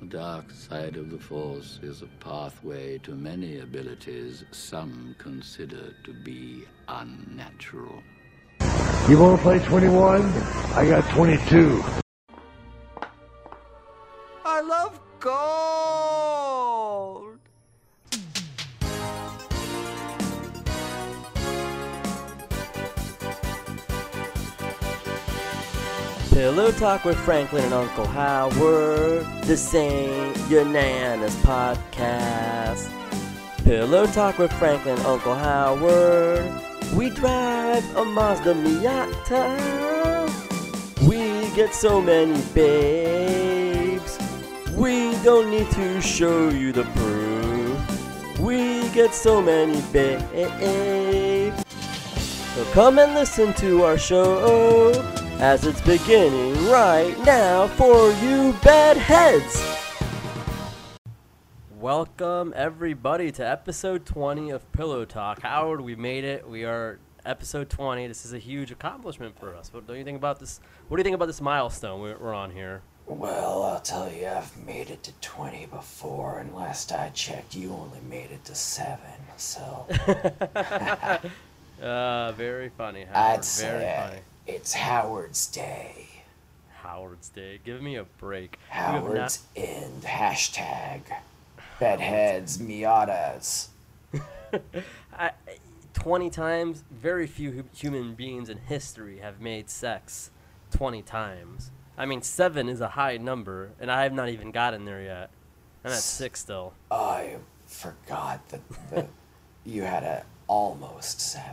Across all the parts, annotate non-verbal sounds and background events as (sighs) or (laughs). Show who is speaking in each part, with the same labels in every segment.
Speaker 1: The dark side of the Force is a pathway to many abilities some consider to be unnatural.
Speaker 2: You want to play 21? I got 22.
Speaker 3: I love gold.
Speaker 4: Pillow Talk with Franklin and Uncle Howard, the same Bananas podcast. Pillow Talk with Franklin and Uncle Howard. We drive a Mazda Miata. We get so many babes. We don't need to show you the proof. We get so many babes. So come and listen to our show as it's beginning right now for you bedheads. Welcome everybody to episode 20 of Pillow Talk. Howard, we made it. We are episode 20. This is a huge accomplishment for us. What do you think about this? What do you think about this milestone we're, we're on here?
Speaker 5: Well, I'll tell you, I've made it to 20 before, and last I checked, you only made it to 7, so.
Speaker 4: Uh, very funny, Howard.
Speaker 5: I'd
Speaker 4: very
Speaker 5: say
Speaker 4: funny.
Speaker 5: it's Howard's Day.
Speaker 4: Howard's day. Give me a break. We have not-
Speaker 5: Howard's End. Hashtag. Bedheads, Miatas.
Speaker 4: 20 times, very few hu- human beings in history have made sex 20 times. I mean, seven is a high number, and I have not even gotten there yet. I'm at six still.
Speaker 5: I forgot that
Speaker 4: (laughs)
Speaker 5: the, you had a almost 7,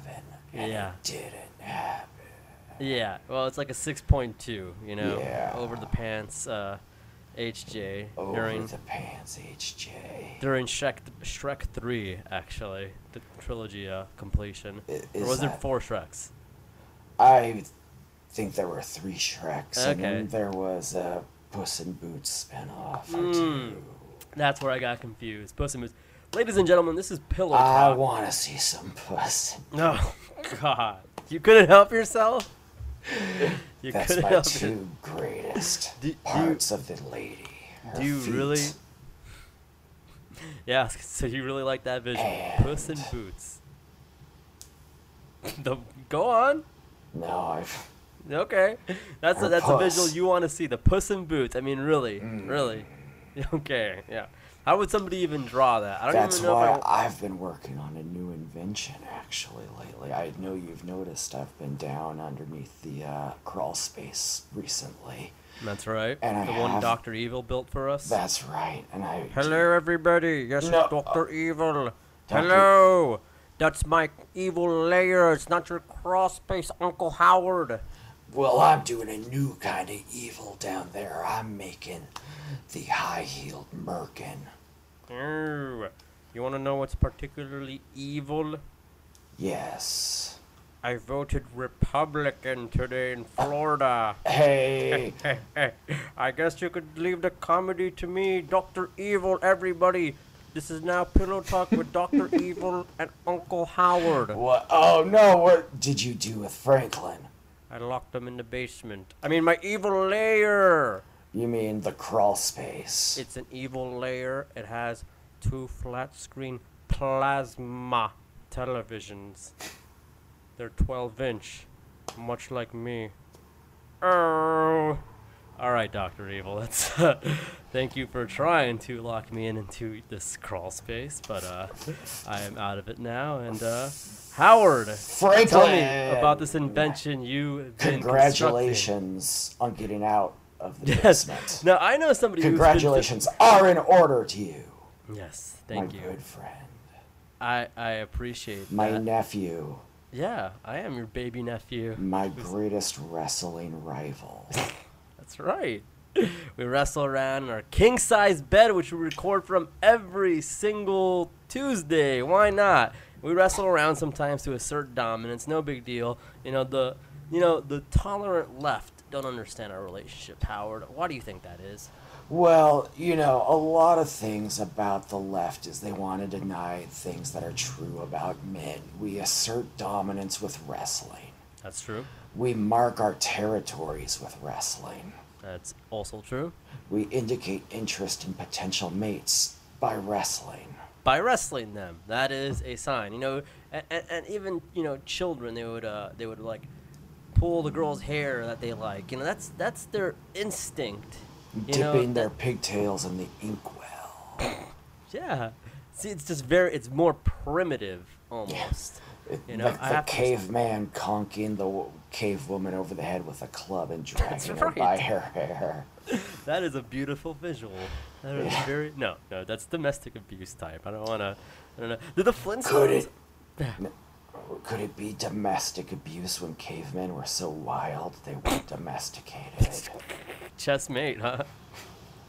Speaker 5: and
Speaker 4: Yeah.
Speaker 5: it didn't happen.
Speaker 4: Yeah, well, it's like a 6.2, you know?
Speaker 5: Yeah.
Speaker 4: Over the pants, uh, HJ.
Speaker 5: Over
Speaker 4: during
Speaker 5: the pants, HJ.
Speaker 4: during Shrek, Shrek 3, actually, the trilogy uh, completion.
Speaker 5: I-
Speaker 4: or
Speaker 5: is
Speaker 4: was there
Speaker 5: that-
Speaker 4: four Shreks?
Speaker 5: I think there were three Shreks, and then
Speaker 4: Okay.
Speaker 5: there was a Puss in Boots spinoff.
Speaker 4: Hmm.
Speaker 5: or two.
Speaker 4: That's where I got confused. Puss in Boots. Ladies and gentlemen, this is Pillow
Speaker 5: I
Speaker 4: Talk.
Speaker 5: want to see some Puss. in-
Speaker 4: No, (laughs) God, you couldn't help
Speaker 5: (laughs)
Speaker 4: yourself. You
Speaker 5: That's
Speaker 4: couldn't
Speaker 5: my
Speaker 4: help. your-
Speaker 5: two greatest
Speaker 4: Do- do you-
Speaker 5: parts of the lady. her
Speaker 4: Do you really? (laughs)
Speaker 5: feet.
Speaker 4: Yeah. (laughs) So you really like that visual, Puss in
Speaker 5: And-
Speaker 4: Boots. (laughs) The go on.
Speaker 5: No, I've.
Speaker 4: Okay, that's a,
Speaker 5: Or
Speaker 4: that's a visual
Speaker 5: Puss. Mm.
Speaker 4: you want to see. The Puss in Boots. I mean, really, really. (laughs) Okay, yeah. How would somebody even draw that? I don't
Speaker 5: That's
Speaker 4: even know
Speaker 5: why
Speaker 4: if I.
Speaker 5: I've been working on a new invention actually lately. I know you've noticed I've been down underneath the uh, crawl space recently.
Speaker 4: That's right.
Speaker 5: and I
Speaker 4: the one
Speaker 5: have-
Speaker 4: Doctor Evil built for us.
Speaker 5: That's right, and I.
Speaker 4: Hello, everybody. Yes,
Speaker 5: No.
Speaker 4: it's Doctor Evil.
Speaker 5: Dr.
Speaker 4: Hello. That's my evil layer. It's not your cross space, Uncle Howard.
Speaker 5: Well, I'm doing a new kind of evil down there. I'm making the high heeled Merkin.
Speaker 4: Ew. Oh, You want to know what's particularly evil?
Speaker 5: Yes.
Speaker 4: I voted Republican today in Florida. (laughs)
Speaker 5: Hey,
Speaker 4: I guess you could leave the comedy to me, Dr. Evil, everybody. This is now Pillow Talk with Dr. Evil and Uncle Howard.
Speaker 5: what? Oh no, what did you do with Franklin?
Speaker 4: I locked them in the basement. I mean, my evil layer.
Speaker 5: You mean the crawl space?
Speaker 4: It's an evil layer. It has two flat screen plasma televisions. They're 12 inch, much like me. Oh. All right, Dr. Evil. That's (laughs) thank you for trying to lock me in into this crawl space, but uh, I am out of it now. And uh, Howard,
Speaker 5: Franklin!
Speaker 4: tell me about this invention you've been constructing.
Speaker 5: Congratulations on getting out of the
Speaker 4: Yes. (laughs)
Speaker 5: basement.
Speaker 4: Now I know somebody. who's been-
Speaker 5: Congratulations are in order to you,
Speaker 4: Yes, thank
Speaker 5: my
Speaker 4: you.
Speaker 5: good friend,
Speaker 4: I I appreciate
Speaker 5: my
Speaker 4: that.
Speaker 5: nephew,
Speaker 4: yeah, I am your baby nephew.
Speaker 5: my greatest wrestling rival.
Speaker 4: That's right. (laughs) We wrestle around in our king size bed, which we record from every single Tuesday. Why not? We wrestle around sometimes to assert dominance. No big deal. You know the you know the tolerant left don't understand our relationship, Howard. Why do you think that is?
Speaker 5: Well, you know, a lot of things about the left is they want to deny things that are true about men. We assert dominance with wrestling.
Speaker 4: That's true.
Speaker 5: We mark our territories with wrestling.
Speaker 4: That's also true.
Speaker 5: We indicate interest in potential mates by wrestling.
Speaker 4: by wrestling them. That is a sign, you know. And, and, and even you know, children they would uh, they would like pull the girl's hair that they like. You know, that's that's their instinct. You know,
Speaker 5: dipping their
Speaker 4: that-
Speaker 5: pigtails in the inkwell.
Speaker 4: yeah. See, it's just very. It's more primitive almost.
Speaker 5: It-
Speaker 4: You know,
Speaker 5: like
Speaker 4: I
Speaker 5: the
Speaker 4: have to-
Speaker 5: caveman conking the w- cave woman over the head with a club and dragging her by
Speaker 4: right.
Speaker 5: her hair.
Speaker 4: That is a beautiful visual. That is
Speaker 5: Yeah.
Speaker 4: very no no. That's domestic abuse type. I don't wanna. I don't know. Did the Flintstones?
Speaker 5: Could it? Could it be domestic abuse when cavemen were so wild
Speaker 4: (coughs)
Speaker 5: they were domesticated?
Speaker 4: Chessmate, huh?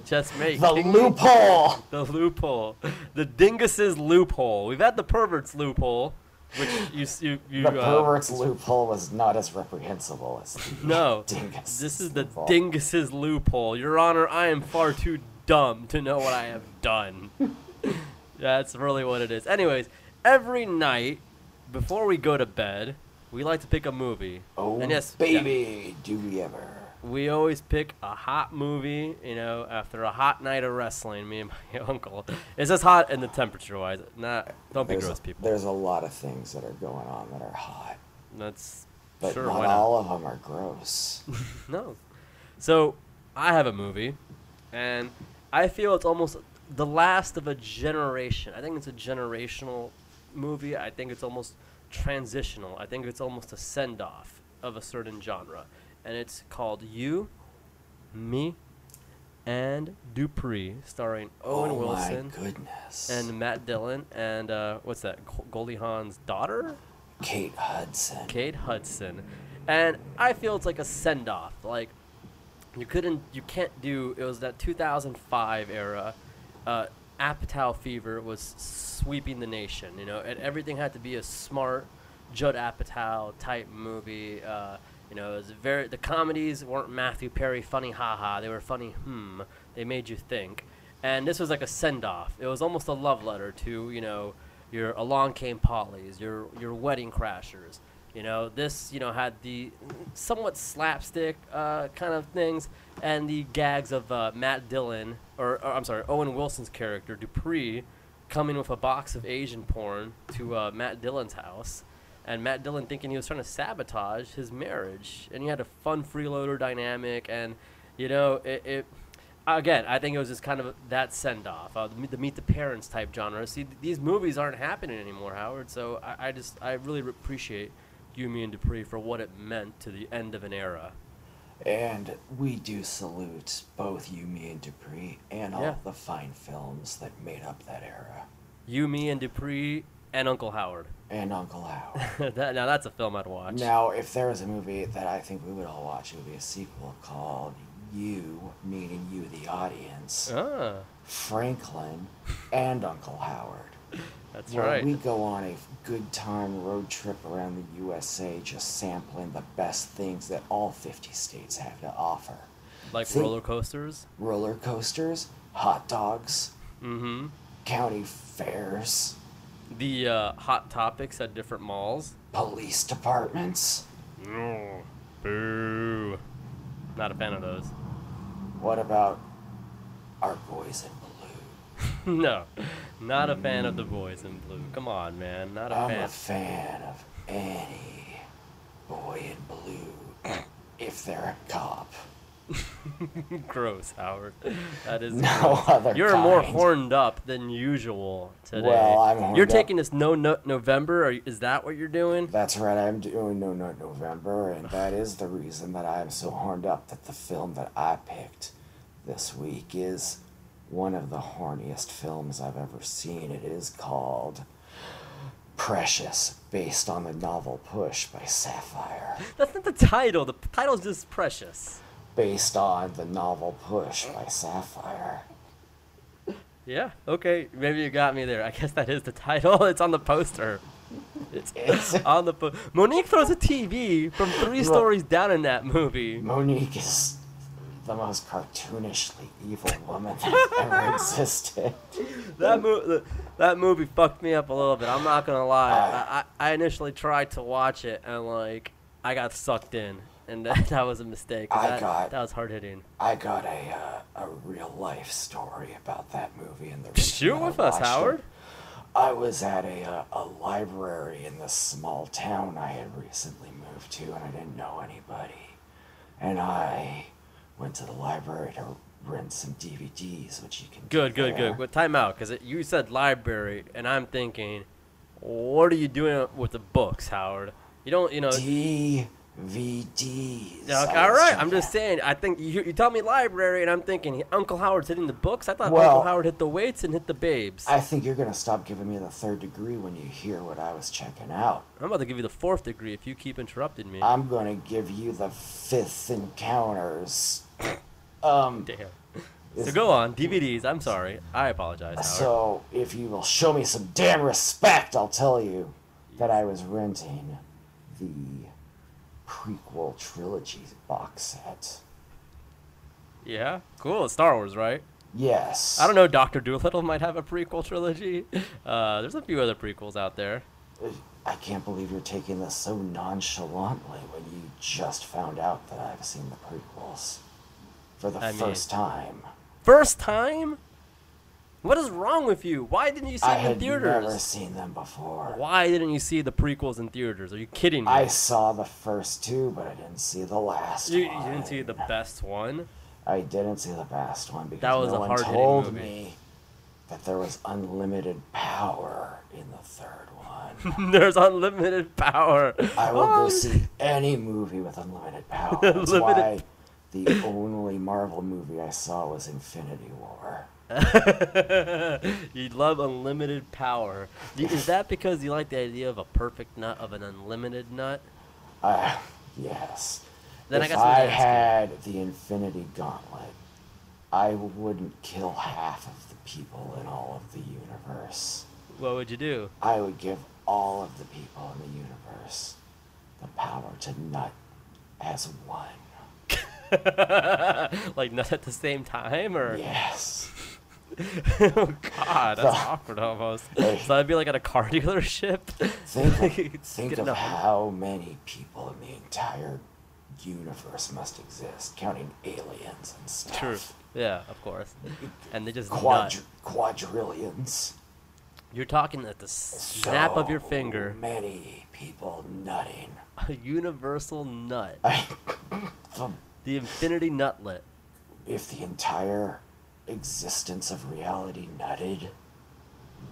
Speaker 4: Chessmate.
Speaker 5: The
Speaker 4: king-
Speaker 5: loophole!
Speaker 4: The loophole, the dingus's loophole. We've had the pervert's loophole, which you s- you you.
Speaker 5: The
Speaker 4: uh,
Speaker 5: pervert's loophole was not as reprehensible as the
Speaker 4: no,
Speaker 5: dingus.
Speaker 4: this is the
Speaker 5: loophole.
Speaker 4: dingus's loophole, Your Honor. I am far too dumb to know what I have done. (laughs) That's really what it is. Anyways, every night before we go to bed, we like to pick a movie.
Speaker 5: Oh,
Speaker 4: and yes, yeah,
Speaker 5: baby, do we ever?
Speaker 4: we always pick a hot movie, you know, after a hot night of wrestling, me and (laughs) my uncle. It's just hot in the temperature wise. Not don't be
Speaker 5: There's-
Speaker 4: gross people.
Speaker 5: There's a lot of things that are going on that are hot,
Speaker 4: That's
Speaker 5: but
Speaker 4: sure
Speaker 5: not
Speaker 4: why not.
Speaker 5: all of them are gross.
Speaker 4: No. So I have a movie, and I feel it's almost the last of a generation. I think it's a generational movie. I think it's almost transitional. I think it's almost a send off of a certain genre, and it's called You, Me, and Dupree, starring Owen
Speaker 5: oh
Speaker 4: Wilson.
Speaker 5: my goodness.
Speaker 4: And Matt Dillon and uh, what's that? Go- Goldie Hawn's daughter?
Speaker 5: Kate Hudson.
Speaker 4: Kate Hudson, and I feel it's like a send off. Like you couldn't, you can't do. It was that 2005 era. Uh, Apatow fever was sweeping the nation. You know, and everything had to be a smart Judd Apatow type movie. Uh, you know, it was very. The comedies weren't Matthew Perry funny haha. They were funny hmm. They made you think. And this was like a send off. It was almost a love letter to you know your Along Came Polly's, your your Wedding Crashers. You know, this you know had the somewhat slapstick uh, kind of things, and the gags of uh, Matt Dillon, or, or I'm sorry, Owen Wilson's character Dupree, coming with a box of Asian porn to uh, Matt Dillon's house, and Matt Dillon thinking he was trying to sabotage his marriage, and he had a fun freeloader dynamic, and you know it. it Again, I think it was just kind of that send off, uh, the, meet- the meet the parents type genre. See, th- these movies aren't happening anymore, Howard. So I, I just, I really appreciate you, me, and Dupree for what it meant to the end of an era.
Speaker 5: And we do salute both Yumi and Dupree and all
Speaker 4: Yeah.
Speaker 5: the fine films that made up that era.
Speaker 4: You, me, and Dupree, and Uncle Howard. (laughs)
Speaker 5: And Uncle Howard.
Speaker 4: that, now that's a film I'd watch.
Speaker 5: now, if there was a movie that I think we would all watch, it would be a sequel called You, meaning you, the audience,
Speaker 4: Ah,
Speaker 5: Franklin, and Uncle Howard.
Speaker 4: that's
Speaker 5: Where
Speaker 4: right.
Speaker 5: we go on a good time road trip around the USA just sampling the best things that all 50 states have to offer.
Speaker 4: like
Speaker 5: think-
Speaker 4: roller coasters.
Speaker 5: roller coasters, hot dogs,
Speaker 4: Mm-hmm.
Speaker 5: county fairs,
Speaker 4: The uh, hot topics at different malls.
Speaker 5: police departments.
Speaker 4: No, boo. Not a fan of those.
Speaker 5: What about our boys in blue?
Speaker 4: no, not a fan of the boys in blue. Come on, man, not a
Speaker 5: I'm
Speaker 4: fan.
Speaker 5: a fan of any boy in blue (clears throat) if they're a cop.
Speaker 4: gross, Howard. That is
Speaker 5: No
Speaker 4: gross.
Speaker 5: other
Speaker 4: You're more
Speaker 5: kind.
Speaker 4: horned up than usual today.
Speaker 5: Well, I'm horned
Speaker 4: You're
Speaker 5: up.
Speaker 4: taking this no, no November. Are, you- is that what you're doing?
Speaker 5: That's right, I'm doing No Nut November, and that is the reason that I'm so horned up that the film that I picked this week is one of the horniest films I've ever seen. It is called Precious, based on the novel Push by Sapphire.
Speaker 4: That's not the title. The p- title's just precious.
Speaker 5: Based on the novel Push by Sapphire.
Speaker 4: Yeah. Okay. Maybe you got me there. I guess that is the title. (laughs) It's on the poster. It's
Speaker 5: (laughs) It's-
Speaker 4: on the po- Monique throws a TV from three stories down in that movie.
Speaker 5: Monique is the most cartoonishly evil woman that ever (laughs) existed.
Speaker 4: that movie that movie fucked me up a little bit. I'm not gonna lie.
Speaker 5: Uh.
Speaker 4: I, I, I initially tried to watch it and like I got sucked in and that, (laughs) that was a mistake. 'cause
Speaker 5: I
Speaker 4: that,
Speaker 5: got-
Speaker 4: that was hard hitting.
Speaker 5: I got a uh, a real life story about that movie and the reason
Speaker 4: Shoot
Speaker 5: that I
Speaker 4: with us,
Speaker 5: watched it.
Speaker 4: Howard.
Speaker 5: I was at a uh, a library in this small town I had recently moved to, and I didn't know anybody. And I went to the library to rent some DVDs, which you can. do
Speaker 4: Good, good,
Speaker 5: there.
Speaker 4: good. But time out, because you said library, and I'm thinking, what are you doing with the books, Howard? You don't, you know.
Speaker 5: DVDs.
Speaker 4: uh, Yeah, okay,
Speaker 5: I
Speaker 4: all
Speaker 5: was
Speaker 4: right,
Speaker 5: thinking.
Speaker 4: I'm just saying. I think you, you tell me library, and I'm thinking Uncle Howard's hitting the books. I thought
Speaker 5: Well-
Speaker 4: Uncle Howard hit the weights and hit the babes. I,
Speaker 5: I think you're gonna stop giving me the third degree when you hear what I was checking out.
Speaker 4: am about to give you the fourth degree if you keep interrupting me.
Speaker 5: I'm gonna give you the fifth
Speaker 4: (laughs)
Speaker 5: encounters. Um,
Speaker 4: Damn. So
Speaker 5: Is-
Speaker 4: go on DVDs. I'm sorry. I apologize, Howard.
Speaker 5: So if you will show me some damn respect, I'll tell you that I was renting the prequel trilogy box set.
Speaker 4: yeah, cool. Star Wars, right?
Speaker 5: Yes.
Speaker 4: I don't know. Doctor Doolittle might have a prequel trilogy. (laughs) Uh, there's a few other prequels out there.
Speaker 5: I can't believe you're taking this so nonchalantly when you just found out that I've seen the prequels for the
Speaker 4: I mean-
Speaker 5: first time.
Speaker 4: First time? What is wrong with you? Why didn't you see
Speaker 5: I
Speaker 4: it in
Speaker 5: had never
Speaker 4: theaters?
Speaker 5: seen them before.
Speaker 4: Why didn't you see the prequels in theaters? Are you kidding me?
Speaker 5: I saw the first two, but I didn't see the last
Speaker 4: you, you
Speaker 5: one.
Speaker 4: didn't see the best one? (laughs)
Speaker 5: I didn't see the best one because
Speaker 4: That was
Speaker 5: no
Speaker 4: a
Speaker 5: one
Speaker 4: hard-hitting
Speaker 5: told
Speaker 4: movie.
Speaker 5: me that there was unlimited power in the third
Speaker 4: (laughs)
Speaker 5: one.
Speaker 4: There's unlimited power.
Speaker 5: I will go see any movie with
Speaker 4: (laughs)
Speaker 5: unlimited power. That's
Speaker 4: Unlimited-
Speaker 5: why the only Marvel movie I saw was Infinity War.
Speaker 4: you love unlimited power. Y- Is that because you like the idea of a perfect nut of an unlimited nut?
Speaker 5: Uh, yes.
Speaker 4: Then I
Speaker 5: if
Speaker 4: got something
Speaker 5: I,
Speaker 4: to ask you.
Speaker 5: had the Infinity Gauntlet, I wouldn't kill half of the people in all of the universe.
Speaker 4: What would you do? (laughs)
Speaker 5: I would give all of the people in the universe the power to nut as one.
Speaker 4: Like nut at the same time, or (laughs)
Speaker 5: Yes.
Speaker 4: oh god, that's awkward almost. So that'd be like at a car (laughs) dealership.
Speaker 5: Think of,
Speaker 4: It's
Speaker 5: think
Speaker 4: good
Speaker 5: of
Speaker 4: enough.
Speaker 5: how many people in the entire universe must exist, counting aliens and stuff.
Speaker 4: True. Yeah, of course. And they just
Speaker 5: Quadr-
Speaker 4: nut.
Speaker 5: quadrillions.
Speaker 4: You're talking at the snap of your
Speaker 5: So
Speaker 4: finger.
Speaker 5: Many people nutting. (laughs)
Speaker 4: A universal nut.
Speaker 5: The-
Speaker 4: The infinity nutlet.
Speaker 5: if the entire existence of reality nutted,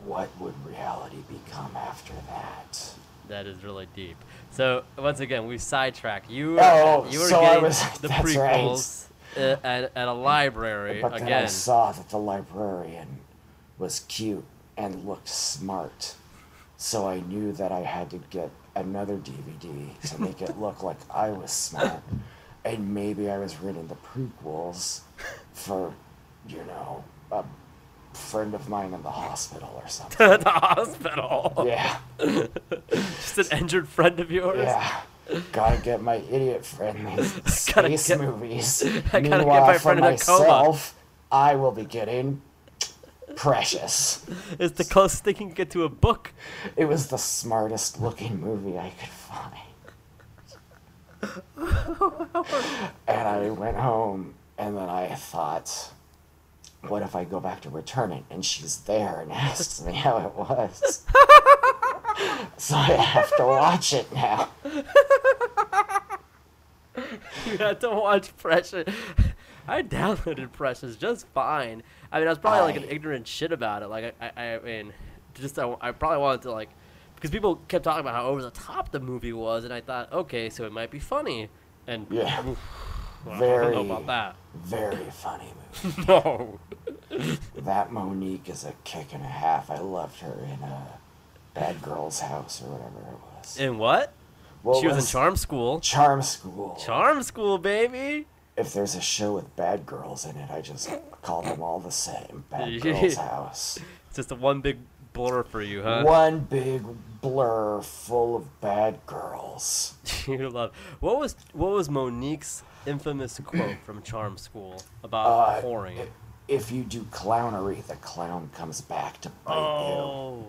Speaker 5: what would reality become after that?
Speaker 4: That is really deep. So once again, we sidetracked. You were,
Speaker 5: Oh,
Speaker 4: you were
Speaker 5: so I
Speaker 4: getting
Speaker 5: was-
Speaker 4: the
Speaker 5: (laughs) that's right.
Speaker 4: prequels uh, at,
Speaker 5: (laughs)
Speaker 4: at a library
Speaker 5: But then
Speaker 4: (laughs)
Speaker 5: I
Speaker 4: again.
Speaker 5: saw that the librarian was cute and looked smart, so I knew that I had to get another DVD to make it look like I was smart, and maybe I was reading the prequels for, you know, a friend of mine in the hospital
Speaker 4: (laughs)
Speaker 5: or something.
Speaker 4: At the hospital, (laughs)
Speaker 5: yeah.
Speaker 4: just an injured friend of yours.
Speaker 5: Yeah. Gotta get my idiot friend these
Speaker 4: (laughs) Gotta
Speaker 5: space
Speaker 4: get- (laughs)
Speaker 5: movies.
Speaker 4: I gotta get
Speaker 5: Meanwhile,
Speaker 4: my
Speaker 5: for
Speaker 4: friend in a coma.
Speaker 5: myself, I will be getting precious.
Speaker 4: It's the closest thing you can get to a book. (laughs)
Speaker 5: It was the smartest looking movie I could
Speaker 4: (laughs)
Speaker 5: find. and I went home, and then I thought, what if I go back to return it and she's there and (laughs) asks me how
Speaker 4: (laughs)
Speaker 5: it was? so I have to watch it now.
Speaker 4: You had to watch Precious. (laughs) I downloaded Precious just fine. I mean, I was probably like an
Speaker 5: I-
Speaker 4: ignorant shit about it. Like, I, I, I mean, just I, I probably wanted to like, because people kept talking about how over the top the movie was, and I thought, okay, so it might be funny. And
Speaker 5: Yeah.
Speaker 4: oof, well, I
Speaker 5: Very.
Speaker 4: don't know about
Speaker 5: (laughs)
Speaker 4: that.
Speaker 5: Very funny movie.
Speaker 4: No.
Speaker 5: that Monique is a kick and a half. I loved her in uh, Bad Girl's House or whatever it was.
Speaker 4: And what?
Speaker 5: What
Speaker 4: she was, in Charm School.
Speaker 5: Charm School.
Speaker 4: Charm School, baby.
Speaker 5: if there's a show with bad girls in it, I just call them all the same.
Speaker 4: (laughs)
Speaker 5: Bad Girl's House.
Speaker 4: It's just a one big blur for you, huh?
Speaker 5: One big blur full of bad girls.
Speaker 4: (laughs) you love. What was what was Monique's infamous quote from Charm School about
Speaker 5: Uh,
Speaker 4: whoring?
Speaker 5: i- If you do clownery, the clown comes back to bite you.
Speaker 4: Oh,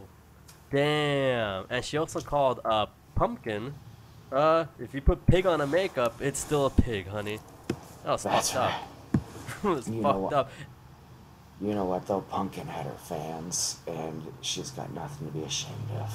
Speaker 4: damn! And she also called uh, Pumpkin Uh, if you put pig on a makeup, it's still a pig, honey. That was
Speaker 5: That's
Speaker 4: fucked
Speaker 5: right.
Speaker 4: up. it was
Speaker 5: You know
Speaker 4: fucked
Speaker 5: what?
Speaker 4: up.
Speaker 5: You know what though? Pumpkin had her fans, and she's got nothing to be ashamed of.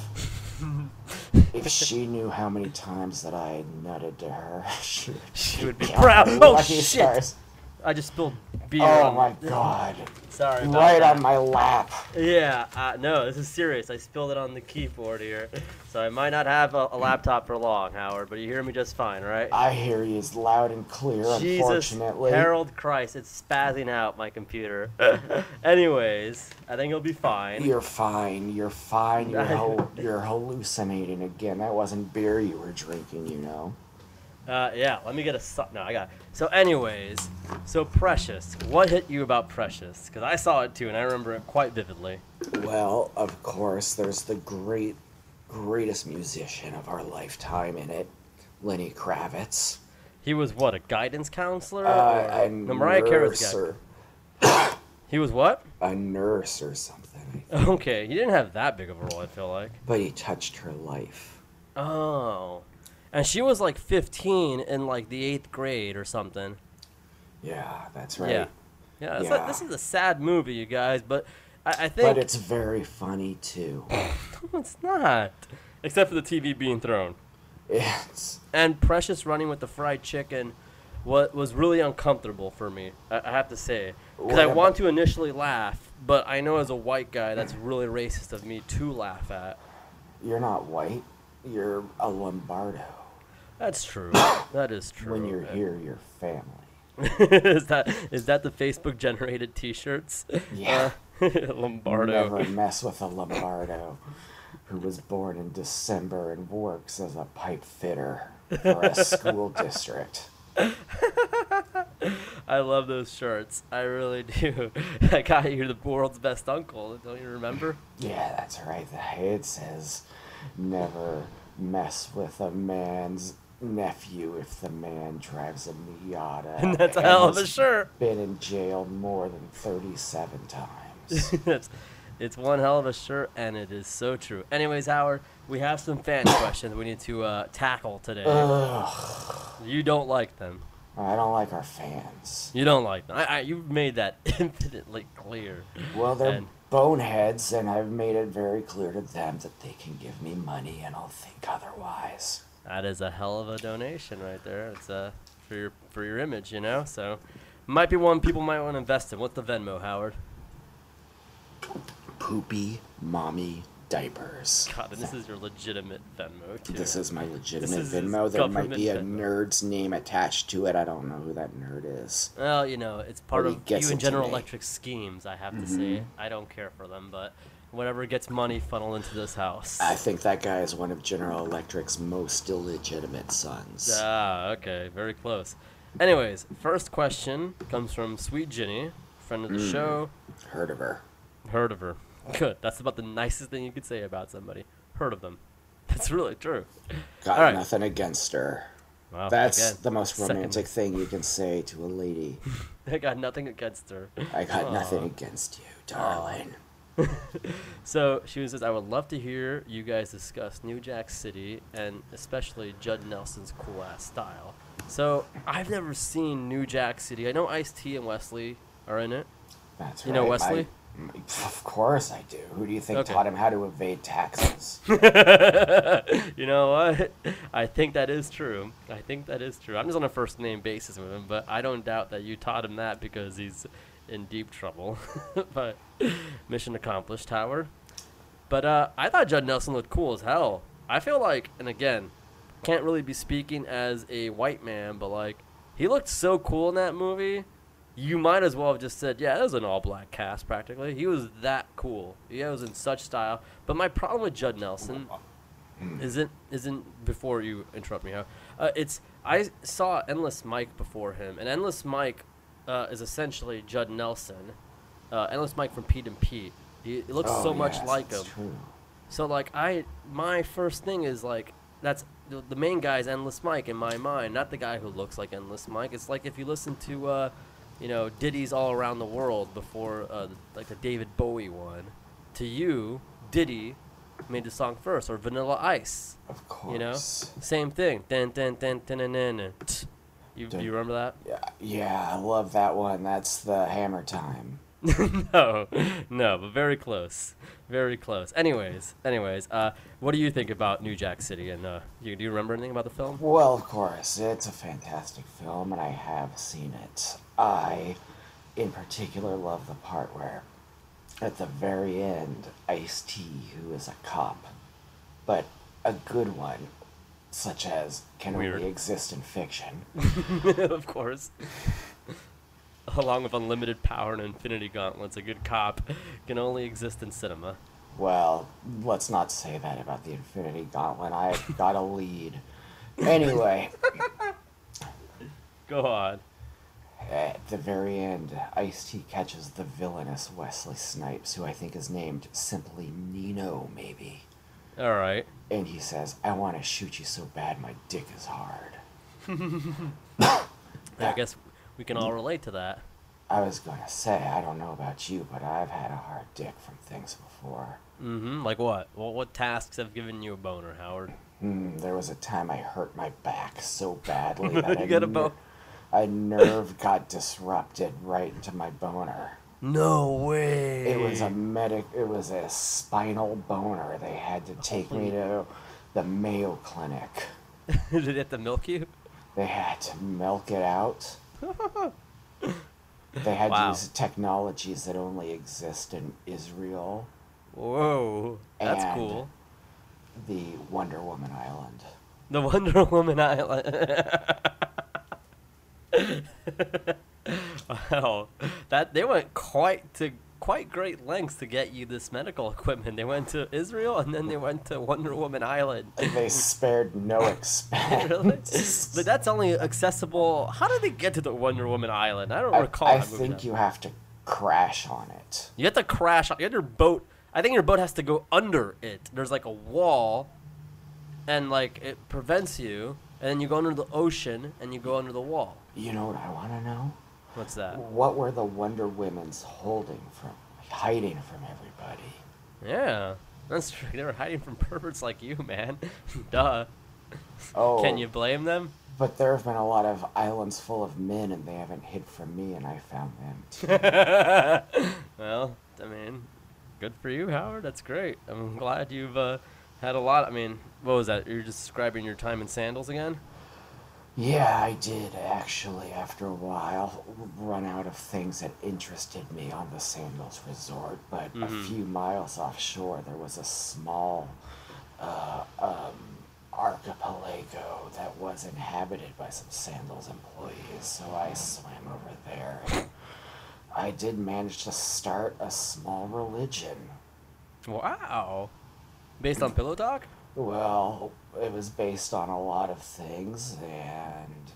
Speaker 4: (laughs)
Speaker 5: if she knew how many times that I had nutted to her, (laughs) she would,
Speaker 4: She would be
Speaker 5: count
Speaker 4: proud.
Speaker 5: the
Speaker 4: Oh
Speaker 5: lucky
Speaker 4: shit!
Speaker 5: stars.
Speaker 4: I just spilled beer.
Speaker 5: Oh
Speaker 4: on
Speaker 5: my god!
Speaker 4: Sorry. About
Speaker 5: Right
Speaker 4: that.
Speaker 5: on my lap.
Speaker 4: Yeah, uh, no, this is serious. I spilled it on the keyboard here, so I might not have a, a laptop for long, Howard. But you hear me just fine, all right?
Speaker 5: I hear you is loud and clear.
Speaker 4: Jesus,
Speaker 5: unfortunately,
Speaker 4: Harold Christ, it's spazzing out my computer. (laughs) Anyways, I think you'll be fine.
Speaker 5: you're fine. You're fine.
Speaker 4: (laughs)
Speaker 5: You're, hal- you're hallucinating again. That wasn't beer you were drinking. You know.
Speaker 4: Uh, yeah, let me get a su- no. I got. So, anyways, so Precious, what hit you about Precious? Because I saw it too, and I remember it quite vividly.
Speaker 5: Well, of course, there's the great, greatest musician of our lifetime in it, Lenny Kravitz.
Speaker 4: He was what a guidance counselor.
Speaker 5: Uh,
Speaker 4: or-
Speaker 5: a
Speaker 4: Oh, no, Mariah Carey was a guy-
Speaker 5: nurse or
Speaker 4: He was what? (laughs)
Speaker 5: a nurse or something. I think.
Speaker 4: Okay, he didn't have that big of a role. I feel like.
Speaker 5: But he touched her life.
Speaker 4: Oh. And she was like 15 in like the eighth grade or something.
Speaker 5: Yeah, that's right.
Speaker 4: Yeah. Yeah, it's like-
Speaker 5: Yeah.
Speaker 4: this is a sad movie, you guys, but I, I think
Speaker 5: But it's very funny too.
Speaker 4: it's not. Except for the TV being thrown.
Speaker 5: It's
Speaker 4: And Precious running with the fried chicken was, was really uncomfortable for me, I, I have to say. Because
Speaker 5: What
Speaker 4: I
Speaker 5: about-
Speaker 4: want to initially laugh, but I know as a white guy, that's really racist of me to laugh at.
Speaker 5: you're not white. You're a Lombardo.
Speaker 4: That's true. that is true.
Speaker 5: When you're
Speaker 4: Uh,
Speaker 5: here, you're
Speaker 4: (laughs)
Speaker 5: family.
Speaker 4: is that is that the Facebook generated T-shirts? (laughs)
Speaker 5: Yeah.
Speaker 4: Uh, Lombardo.
Speaker 5: Never mess with a Lombardo who was born in December and works as a pipe fitter for a school
Speaker 4: (laughs)
Speaker 5: district.
Speaker 4: I love those shirts. I really (laughs) do. I got you the world's best uncle. Don't you remember?
Speaker 5: Yeah, that's right. The head says never mess with a man's nephew if the man drives a Miata.
Speaker 4: And (laughs) that's a hell of a
Speaker 5: has
Speaker 4: shirt. (laughs)
Speaker 5: Been in jail more than 37 times.
Speaker 4: it's, it's one hell of a shirt, and it is so true. Anyways, Howard, we have some fan (coughs) questions we need to uh, tackle today. You don't like them.
Speaker 5: I don't like our fans.
Speaker 4: You don't like them. I, I, you've made that (laughs) infinitely clear.
Speaker 5: Well, they're
Speaker 4: And-
Speaker 5: boneheads, and I've made it very clear to them that they can give me money and I'll think otherwise.
Speaker 4: That is a hell of a donation right there. It's uh, for your for your image, you know. So, might be one people might want to invest in. What's the Venmo, Howard?
Speaker 5: Poopy mommy diapers.
Speaker 4: God, and this is your legitimate Venmo too.
Speaker 5: This is my legitimate
Speaker 4: is his
Speaker 5: Venmo. There might
Speaker 4: government
Speaker 5: be a
Speaker 4: Venmo.
Speaker 5: nerd's name attached to it. I don't know who that nerd is.
Speaker 4: Well, you know, it's part
Speaker 5: Well, he
Speaker 4: of you
Speaker 5: gets
Speaker 4: and
Speaker 5: it
Speaker 4: General
Speaker 5: today. Mm-hmm.
Speaker 4: Electric schemes. I have to say, I don't care for them, but whatever gets money funneled into this house.
Speaker 5: I think that guy is one of General Electric's most illegitimate sons.
Speaker 4: Ah, okay, very close. Anyways, first question comes from Sweet Ginny, friend of the
Speaker 5: Mm.
Speaker 4: show.
Speaker 5: Heard of her.
Speaker 4: Heard of her. Good. That's about the nicest thing you could say about somebody. Heard of them. (laughs) That's really true.
Speaker 5: Got
Speaker 4: All right.
Speaker 5: nothing against her.
Speaker 4: Wow,
Speaker 5: That's
Speaker 4: again,
Speaker 5: the most
Speaker 4: second-
Speaker 5: romantic thing you can say to a lady.
Speaker 4: (laughs) I got nothing against her.
Speaker 5: I got nothing against you, darling.
Speaker 4: So she says, I would love to hear you guys discuss New Jack City and especially Judd Nelson's cool ass style. So I've never seen New Jack City. I know Ice T and Wesley are in it. (laughs)
Speaker 5: That's
Speaker 4: You
Speaker 5: right.
Speaker 4: know
Speaker 5: my-
Speaker 4: Wesley?
Speaker 5: my- of course I do. Who do you think
Speaker 4: Okay.
Speaker 5: taught him how to
Speaker 4: (laughs)
Speaker 5: evade taxes?
Speaker 4: You know what? (laughs) I think that is true. I think that is true. I'm just on a first name basis with him, but I don't doubt that you taught him that because he's in deep trouble. (laughs) but mission accomplished, Howard. But uh, I thought Judd Nelson looked cool as hell. I feel like, and again, can't really be speaking as a white man, but like, he looked so cool in that movie. You might as well have just said, yeah, that was an all black cast practically. He was that cool. Yeah, it was in such style. But my problem with Judd Nelson
Speaker 5: Hmm.
Speaker 4: isn't isn't before you interrupt me. Huh? Uh, it's I saw Endless Mike before him, and Endless Mike uh, is essentially Judd Nelson, uh, Endless Mike from Pete and Pete. He, he looks
Speaker 5: Oh,
Speaker 4: so much
Speaker 5: yes,
Speaker 4: like him.
Speaker 5: that's True.
Speaker 4: So like I my first thing is like that's the the main guy is Endless Mike in my mind, not the guy who looks like Endless Mike. It's like if you listen to uh, you know Diddy's All Around the World before uh, like the David Bowie one. To you, Diddy made the song first, or Vanilla Ice.
Speaker 5: Of course.
Speaker 4: You know, same thing. Dun, dun, dun, dun, dun, dun, dun. Tsk. You, do
Speaker 5: Dun.
Speaker 4: you remember that? (laughs)
Speaker 5: Yeah, yeah, I love that one. That's the hammer time.
Speaker 4: no, no, but very close, very close. Anyways, anyways, uh, what do you think about New Jack City? And uh, you, do you remember anything about the film?
Speaker 5: Well, of course, it's a fantastic film, and I have seen it. I, in particular, love the part where, at the very end, Ice T, who is a cop, but a good one, such as can
Speaker 4: Weird.
Speaker 5: only exist in fiction,
Speaker 4: (laughs) of course. Along with unlimited power and infinity gauntlets, a good cop can only exist in cinema.
Speaker 5: Well, let's not say that about the Infinity Gauntlet. I got a lead. Anyway,
Speaker 4: Go on.
Speaker 5: at the very end, Ice T catches the villainous Wesley Snipes, who I think is named simply Nino, maybe.
Speaker 4: All right.
Speaker 5: And he says, I want to shoot you so bad my dick is hard.
Speaker 4: I guess we can all relate to that.
Speaker 5: I was going to say, I don't know about you, but I've had a hard dick from things before.
Speaker 4: Mm-hmm. Like what? Well, what tasks have given you a boner, Howard? (laughs)
Speaker 5: Hmm, there was a time I hurt my back so badly
Speaker 4: (laughs)
Speaker 5: that
Speaker 4: You
Speaker 5: I
Speaker 4: got a
Speaker 5: ner-
Speaker 4: bone-
Speaker 5: a nerve got disrupted right into my boner.
Speaker 4: No way.
Speaker 5: It was a medic. It was a spinal boner. They had to take me to the Mayo Clinic.
Speaker 4: Did it have to milk you?
Speaker 5: They had to milk it
Speaker 4: (laughs)
Speaker 5: out. They had
Speaker 4: Wow.
Speaker 5: to use technologies that only exist in Israel,
Speaker 4: Whoa, that's
Speaker 5: And-
Speaker 4: cool.
Speaker 5: the Wonder Woman Island.
Speaker 4: The Wonder Woman Island. wow, that they went quite to quite great lengths to get you this medical equipment. They went to Israel and then they went to Wonder Woman Island. (laughs)
Speaker 5: They spared no expense.
Speaker 4: really? But that's only accessible. How did they get to the Wonder Woman Island? I don't
Speaker 5: I,
Speaker 4: recall.
Speaker 5: I
Speaker 4: that movie
Speaker 5: think
Speaker 4: now.
Speaker 5: you have to crash on it.
Speaker 4: You have to crash. You have your boat. I think your boat has to go under it. There's like a wall, and like it prevents you. And then you go under the ocean, and you go under the wall.
Speaker 5: You know what I want to know?
Speaker 4: What's that?
Speaker 5: What were the Wonder Women's holding from, hiding from everybody?
Speaker 4: Yeah, that's true. (laughs) They were hiding from perverts like you, man. (laughs) Duh.
Speaker 5: Oh,
Speaker 4: Can you blame them?
Speaker 5: But there have been a lot of islands full of men, and they haven't hid from me, and I found them. too.
Speaker 4: Well, I mean, good for you, Howard. That's great. I'm glad you've uh, had a lot. I mean, what was that? You're just describing your time in sandals again?
Speaker 5: yeah, I did actually. After a while, run out of things that interested me on the Sandals Resort. But a few miles offshore, there was a small uh, um, archipelago that was inhabited by some Sandals employees. So I swam over there. I did manage to start a small religion.
Speaker 4: Wow. Based on Pillow Talk? (laughs)
Speaker 5: Well, it was based on a lot of things, and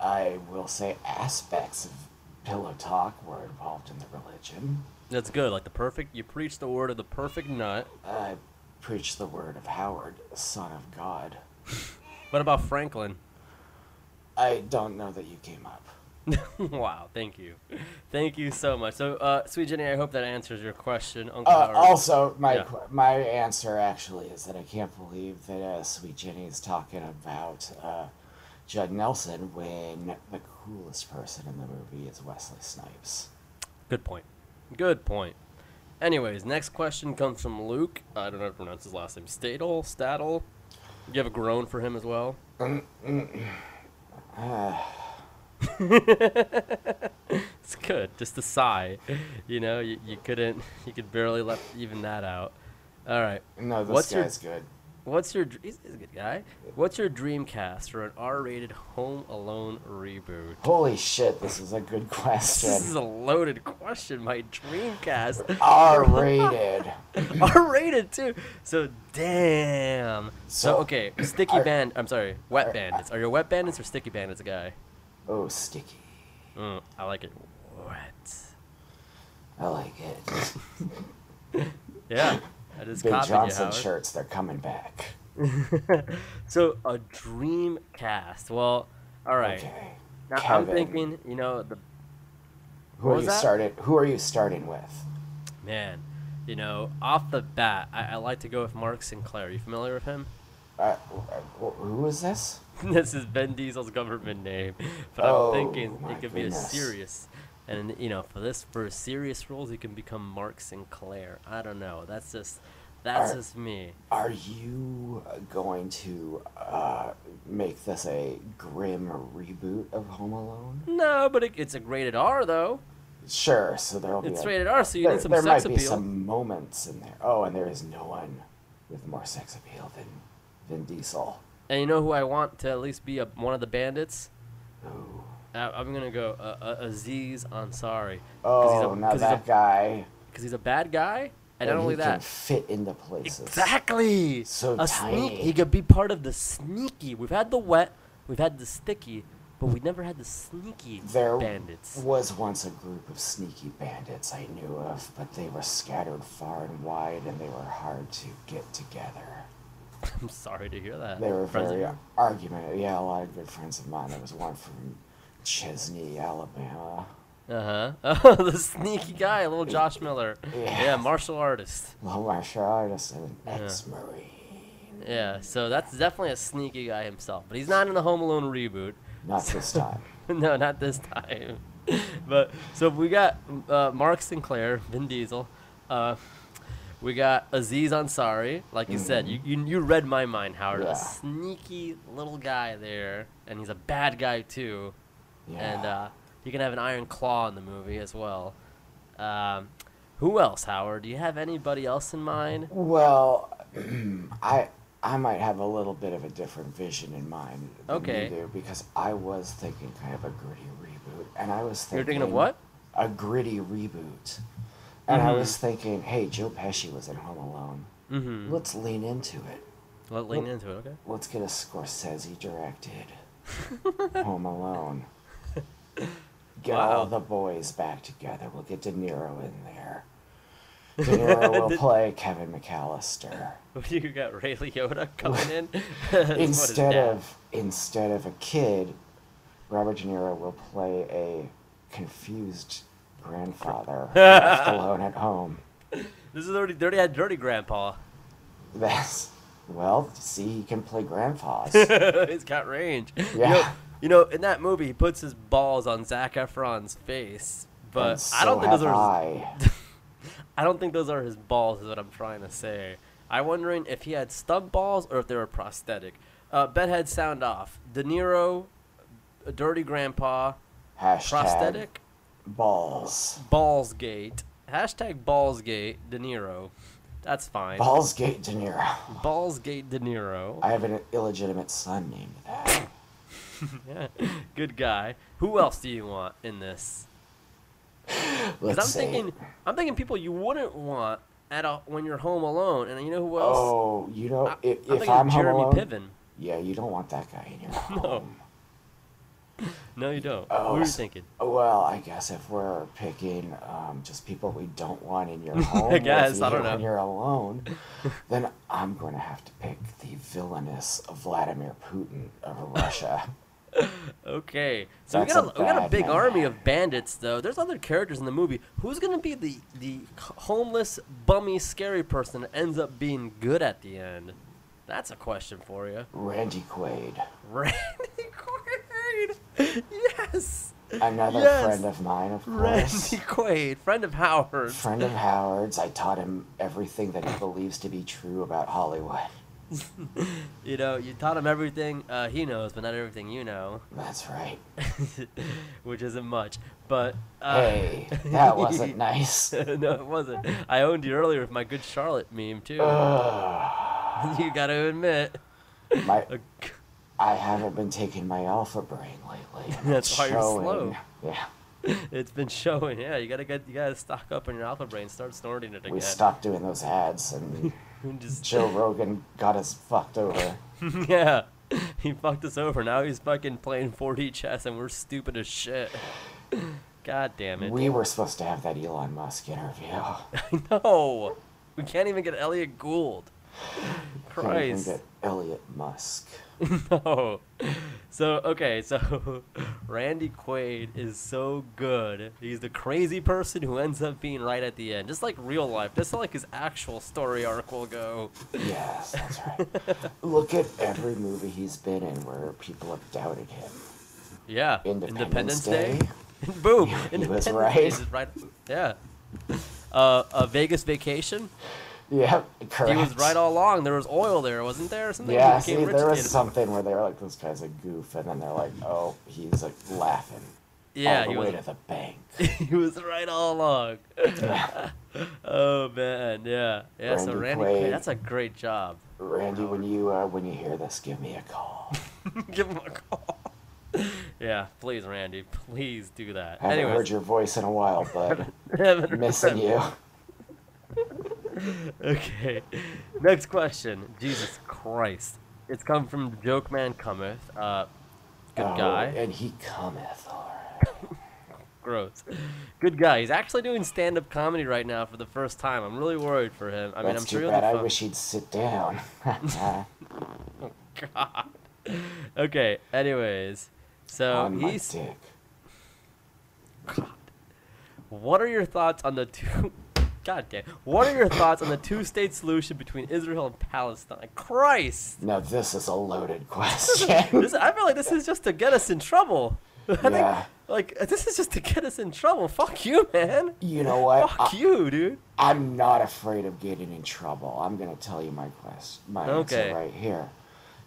Speaker 5: I will say aspects of pillow talk were involved in the religion.
Speaker 4: That's good. Like the perfect, you preach the word of the perfect nut.
Speaker 5: I preached the word of Howard, son of God.
Speaker 4: What about Franklin?
Speaker 5: I don't know that you came up.
Speaker 4: wow, thank you, (laughs) thank you so much. So, uh, sweet Jenny, I hope that answers your question, Uncle
Speaker 5: Uh,
Speaker 4: Howard.
Speaker 5: also, my
Speaker 4: Yeah.
Speaker 5: qu- my answer actually is that I can't believe that uh, Sweet Jenny is talking about uh, Judd Nelson when the coolest person in the movie is Wesley Snipes. (sighs)
Speaker 4: Good point. Good point. Anyways, next question comes from Luke. I don't know how to pronounce his last name. Stadel, Stadel. Do you have a groan for him as well?
Speaker 5: Uh,
Speaker 4: It's good. Just a sigh. (laughs) You know, you, you couldn't, (laughs) you could barely let even that out. All right.
Speaker 5: no, this
Speaker 4: What's your-
Speaker 5: guy's good.
Speaker 4: What's your dr- he's, he's a good guy? What's your dream cast for an R-rated Home Alone reboot?
Speaker 5: Holy shit, this is a good
Speaker 4: This is
Speaker 5: question.
Speaker 4: a loaded question. My
Speaker 5: (laughs)
Speaker 4: Dreamcast (laughs)
Speaker 5: R rated.
Speaker 4: R-rated too. So damn. So
Speaker 5: So,
Speaker 4: okay, sticky
Speaker 5: are-
Speaker 4: band. I'm sorry, wet bandits. Are you wet bandits or sticky bandits, guy?
Speaker 5: Oh, sticky.
Speaker 4: Mm, I like it. Wet.
Speaker 5: I like it.
Speaker 4: Yeah, I
Speaker 5: (laughs)
Speaker 4: just
Speaker 5: Big
Speaker 4: copied you,
Speaker 5: Johnson
Speaker 4: Howard.
Speaker 5: shirts, they're coming back.
Speaker 4: So a dream cast. Well, all right.
Speaker 5: Okay.
Speaker 4: Now I'm
Speaker 5: Kevin.
Speaker 4: thinking, you know, the
Speaker 5: Who
Speaker 4: What
Speaker 5: are
Speaker 4: was
Speaker 5: you
Speaker 4: that?
Speaker 5: started who are you starting with?
Speaker 4: man, you know, off the bat, I, I like to go with Mark Sinclair. You familiar with him? (laughs)
Speaker 5: Uh, wh- wh- who is this?
Speaker 4: this is Ben Diesel's government name, but
Speaker 5: Oh,
Speaker 4: I'm thinking
Speaker 5: my
Speaker 4: it could be a
Speaker 5: goodness.
Speaker 4: serious. And you know, for this for serious roles, you can become Mark Sinclair. I don't know. That's just that's
Speaker 5: Are-
Speaker 4: just me.
Speaker 5: Are you uh, going to uh, make this a grim reboot of Home Alone?
Speaker 4: No, but it, it's a rated R though.
Speaker 5: Sure. So there'll be.
Speaker 4: It's
Speaker 5: a-
Speaker 4: rated R, so you
Speaker 5: there,
Speaker 4: need some
Speaker 5: there
Speaker 4: sex
Speaker 5: might
Speaker 4: appeal.
Speaker 5: be some moments in there. Oh, and there is no one with more sex appeal than Vin Diesel.
Speaker 4: And you know who I want to at least be a, one of the bandits?
Speaker 5: Ooh.
Speaker 4: Uh, I'm gonna go uh, uh, Aziz Ansari. 'Cause he's
Speaker 5: Oh,
Speaker 4: a-
Speaker 5: now
Speaker 4: 'cause he's a-
Speaker 5: that guy.
Speaker 4: because he's a bad guy, and not
Speaker 5: he
Speaker 4: only
Speaker 5: can
Speaker 4: that,
Speaker 5: fit into places.
Speaker 4: exactly,
Speaker 5: So
Speaker 4: a
Speaker 5: tiny.
Speaker 4: sneak. He could be part of the sneaky. We've had the wet, we've had the sticky, but we never had the sneaky
Speaker 5: There
Speaker 4: bandits.
Speaker 5: was once a group of sneaky bandits I knew of, but they were scattered far and wide, and they were hard to get together.
Speaker 4: I'm sorry to hear that.
Speaker 5: They were
Speaker 4: Friends of
Speaker 5: very
Speaker 4: yours?
Speaker 5: argumentative. Yeah, a lot of good friends of mine. There was one from Chesney, Alabama.
Speaker 4: Uh-huh. (laughs) Oh, the sneaky guy, little Josh Miller.
Speaker 5: Yeah.
Speaker 4: Yeah, martial artist.
Speaker 5: Well, martial artist and an ex-marine.
Speaker 4: Yeah, so that's definitely a sneaky guy himself. But he's not in the Home Alone reboot. (laughs)
Speaker 5: Not this time.
Speaker 4: no, not this time. (laughs) but so we got uh, Mark Sinclair, Vin Diesel. Uh, we got Aziz Ansari. Like you said, you, you you read my mind, Howard.
Speaker 5: Mm-hmm. Yeah.
Speaker 4: A sneaky little guy there, and he's a bad guy too.
Speaker 5: Yeah.
Speaker 4: And uh, you can have an Iron Claw in the movie as well. Um, who else, Howard? Do you have anybody else in mind?
Speaker 5: Well, (clears throat) I I might have a little bit of a different vision in mind than
Speaker 4: Okay.
Speaker 5: you do because I was thinking kind of a gritty reboot, and I was thinking
Speaker 4: You're thinking of what?
Speaker 5: A gritty reboot, and I was thinking, hey, Joe Pesci was in Home Alone.
Speaker 4: Mm-hmm.
Speaker 5: Let's lean into it.
Speaker 4: Let lean into it. Okay.
Speaker 5: Let's get a Scorsese directed (laughs) Home Alone. Get
Speaker 4: Wow.
Speaker 5: all the boys back together. We'll get De Niro in there.
Speaker 4: (laughs)
Speaker 5: De Niro will play Kevin McAllister.
Speaker 4: You got Ray
Speaker 5: (laughs)
Speaker 4: Liotta coming in (laughs) That's (laughs) what his
Speaker 5: instead
Speaker 4: dad-
Speaker 5: of instead of a kid, Robert De Niro will play a confused
Speaker 4: (laughs)
Speaker 5: grandfather left alone at home.
Speaker 4: This is already dirty. Had dirty grandpa. (laughs)
Speaker 5: That's well, see, he can play
Speaker 4: (laughs)
Speaker 5: grandpas.
Speaker 4: He's got range. You know,
Speaker 5: Yeah.
Speaker 4: you know, in that movie, he puts his balls on Zac Efron's face, but
Speaker 5: and so
Speaker 4: I don't think
Speaker 5: have
Speaker 4: those are. (laughs)
Speaker 5: I.
Speaker 4: His, I don't think those are his balls. Is what I'm trying to say. I'm wondering if he had stub balls or if they were prosthetic. Uh, Bedhead, sound off. De Niro, dirty grandpa,
Speaker 5: Hashtag
Speaker 4: prosthetic
Speaker 5: balls.
Speaker 4: ballsgate. Hashtag ballsgate. De Niro. That's fine.
Speaker 5: Ballsgate De Niro.
Speaker 4: Ballsgate De Niro.
Speaker 5: I have an illegitimate son named that.
Speaker 4: Good guy. Who else do you want in this?
Speaker 5: Let's
Speaker 4: Because I'm
Speaker 5: say-
Speaker 4: thinking, I'm thinking people you wouldn't want at a, when you're home alone, and you know who else?
Speaker 5: Oh, you know,
Speaker 4: I'm
Speaker 5: if, if
Speaker 4: thinking
Speaker 5: I'm home
Speaker 4: Jeremy
Speaker 5: alone,
Speaker 4: Piven.
Speaker 5: yeah, you don't want that guy
Speaker 4: (laughs)
Speaker 5: in your home.
Speaker 4: No. No, you don't.
Speaker 5: Oh,
Speaker 4: Who are you
Speaker 5: s-
Speaker 4: thinking?
Speaker 5: Well, I guess if we're picking um, just people we don't want in your home, with
Speaker 4: guess, (laughs) I
Speaker 5: you
Speaker 4: don't know.
Speaker 5: when
Speaker 4: (laughs)
Speaker 5: you're alone, then I'm going to have to pick the villainous Vladimir Putin of
Speaker 4: (laughs)
Speaker 5: Russia.
Speaker 4: Okay, so we
Speaker 5: That's a
Speaker 4: got a, we got a
Speaker 5: bad
Speaker 4: big
Speaker 5: man.
Speaker 4: army of bandits though. There's other characters in the movie. Who's gonna be the the c- homeless, bummy, scary person that ends up being good at the end? That's a question for you.
Speaker 5: Randy Quaid,
Speaker 4: Randy Quaid. Yes.
Speaker 5: another
Speaker 4: Yes.
Speaker 5: friend of mine, of course.
Speaker 4: Randy Quaid, friend of Howard's.
Speaker 5: Friend of Howard's, I taught him everything that he believes to be true about Hollywood.
Speaker 4: You know, you taught him everything uh, he knows, but not everything you know,
Speaker 5: That's right.
Speaker 4: which isn't much. But uh,
Speaker 5: Hey, that
Speaker 4: (laughs)
Speaker 5: wasn't nice.
Speaker 4: no, it wasn't. I owned you earlier with my good Charlotte meme too. (laughs) you gotta admit, (laughs)
Speaker 5: My,
Speaker 4: A-
Speaker 5: I haven't been taking my alpha brain
Speaker 4: (laughs)
Speaker 5: lately. and
Speaker 4: That's
Speaker 5: it's
Speaker 4: why you're slow.
Speaker 5: showing. Yeah.
Speaker 4: it's been showing. Yeah, you gotta get, you gotta stock up on your alpha brain, start snorting it again.
Speaker 5: we stopped doing those ads and
Speaker 4: (laughs) Just (laughs)
Speaker 5: Joe Rogan got us fucked over.
Speaker 4: yeah. (laughs) He fucked us over. Now he's fucking playing 4D chess, and we're stupid as shit. (laughs) God damn it.
Speaker 5: We were supposed to have that Elon
Speaker 4: (laughs)
Speaker 5: Musk interview.
Speaker 4: No, we can't even get Elliot Gould.
Speaker 5: Couldn't even
Speaker 4: Christ.
Speaker 5: get Elliot Musk.
Speaker 4: no. Oh. So okay, so (laughs) Randy Quaid is so good. He's the crazy person who ends up being right at the end, just like real life. That's how, like his actual story arc will go.
Speaker 5: Yes, that's right. Look at every movie he's been in where people have doubted him.
Speaker 4: Yeah.
Speaker 5: Independence,
Speaker 4: Day. (laughs)
Speaker 5: Day. (laughs)
Speaker 4: Boom.
Speaker 5: He was
Speaker 4: Independence
Speaker 5: right.
Speaker 4: Day is right. Yeah. Uh, a Vegas vacation.
Speaker 5: Yep, correct.
Speaker 4: He was right all along. There was oil there, wasn't there? Something he
Speaker 5: Yeah,
Speaker 4: became
Speaker 5: see,
Speaker 4: rich at
Speaker 5: there
Speaker 4: the
Speaker 5: was
Speaker 4: end.
Speaker 5: something where they were like, "This guy's a goof," and then they're like, "Oh, he's like laughing
Speaker 4: Yeah,
Speaker 5: all the
Speaker 4: he
Speaker 5: way
Speaker 4: was.
Speaker 5: to the bank."
Speaker 4: (laughs) he was right all
Speaker 5: (laughs)
Speaker 4: along. (laughs) oh man, yeah, yeah. so
Speaker 5: Randy
Speaker 4: Randy, Quaid,
Speaker 5: Quaid.
Speaker 4: that's a great job.
Speaker 5: Randy, when you uh, when you hear this, give me a call.
Speaker 4: Give him a call. yeah, please, Randy, please do that.
Speaker 5: I haven't
Speaker 4: Anyways,
Speaker 5: heard your voice in a while,
Speaker 4: (laughs)
Speaker 5: bud.
Speaker 4: haven't-
Speaker 5: Missing you.
Speaker 4: (laughs) okay. Next question. Jesus Christ, it's come from Joke Man Cometh. Uh, good
Speaker 5: Oh,
Speaker 4: guy.
Speaker 5: And he cometh. All right.
Speaker 4: Gross. Good guy. He's actually doing stand-up comedy right now for the first time. I'm really worried for him. I mean,
Speaker 5: That's
Speaker 4: I'm sure
Speaker 5: too
Speaker 4: he'll
Speaker 5: bad.
Speaker 4: be
Speaker 5: I
Speaker 4: fine.
Speaker 5: wish he'd sit down.
Speaker 4: (laughs) God. Okay. Anyways, so
Speaker 5: (laughs) On Oh, my
Speaker 4: he's.
Speaker 5: dick.
Speaker 4: What are your thoughts on the two? (laughs) God damn. What are your thoughts on the two-state solution between Israel and Palestine? Christ.
Speaker 5: Now this is
Speaker 4: (laughs)
Speaker 5: a loaded question.
Speaker 4: This, I feel like this is just to get us in trouble. (laughs) I think,
Speaker 5: (laughs) Yeah.
Speaker 4: like this is just to get us in trouble. Fuck you, man.
Speaker 5: you know what?
Speaker 4: Fuck
Speaker 5: I,
Speaker 4: you, dude.
Speaker 5: I'm not afraid of getting in trouble. I'm gonna tell you my quest, my
Speaker 4: Okay.
Speaker 5: answer right here.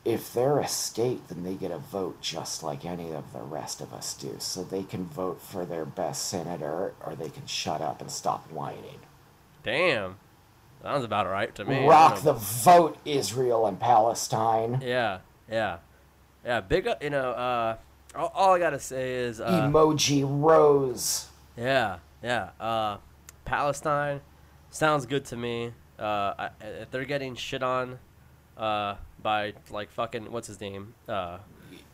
Speaker 5: If they're a state, then they get a vote just like any of the rest of us do. So they can vote for their best senator, or they can shut up and stop whining.
Speaker 4: Damn. Sounds about right to me. I don't
Speaker 5: Rock
Speaker 4: know.
Speaker 5: the vote, Israel and Palestine.
Speaker 4: Yeah, yeah, yeah. Big up, you know. Uh, all, all I gotta say is, uh,
Speaker 5: Emoji rose.
Speaker 4: yeah, yeah. Uh, Palestine sounds good to me. Uh, I, if they're getting shit on, uh, by like fucking what's his name? Uh,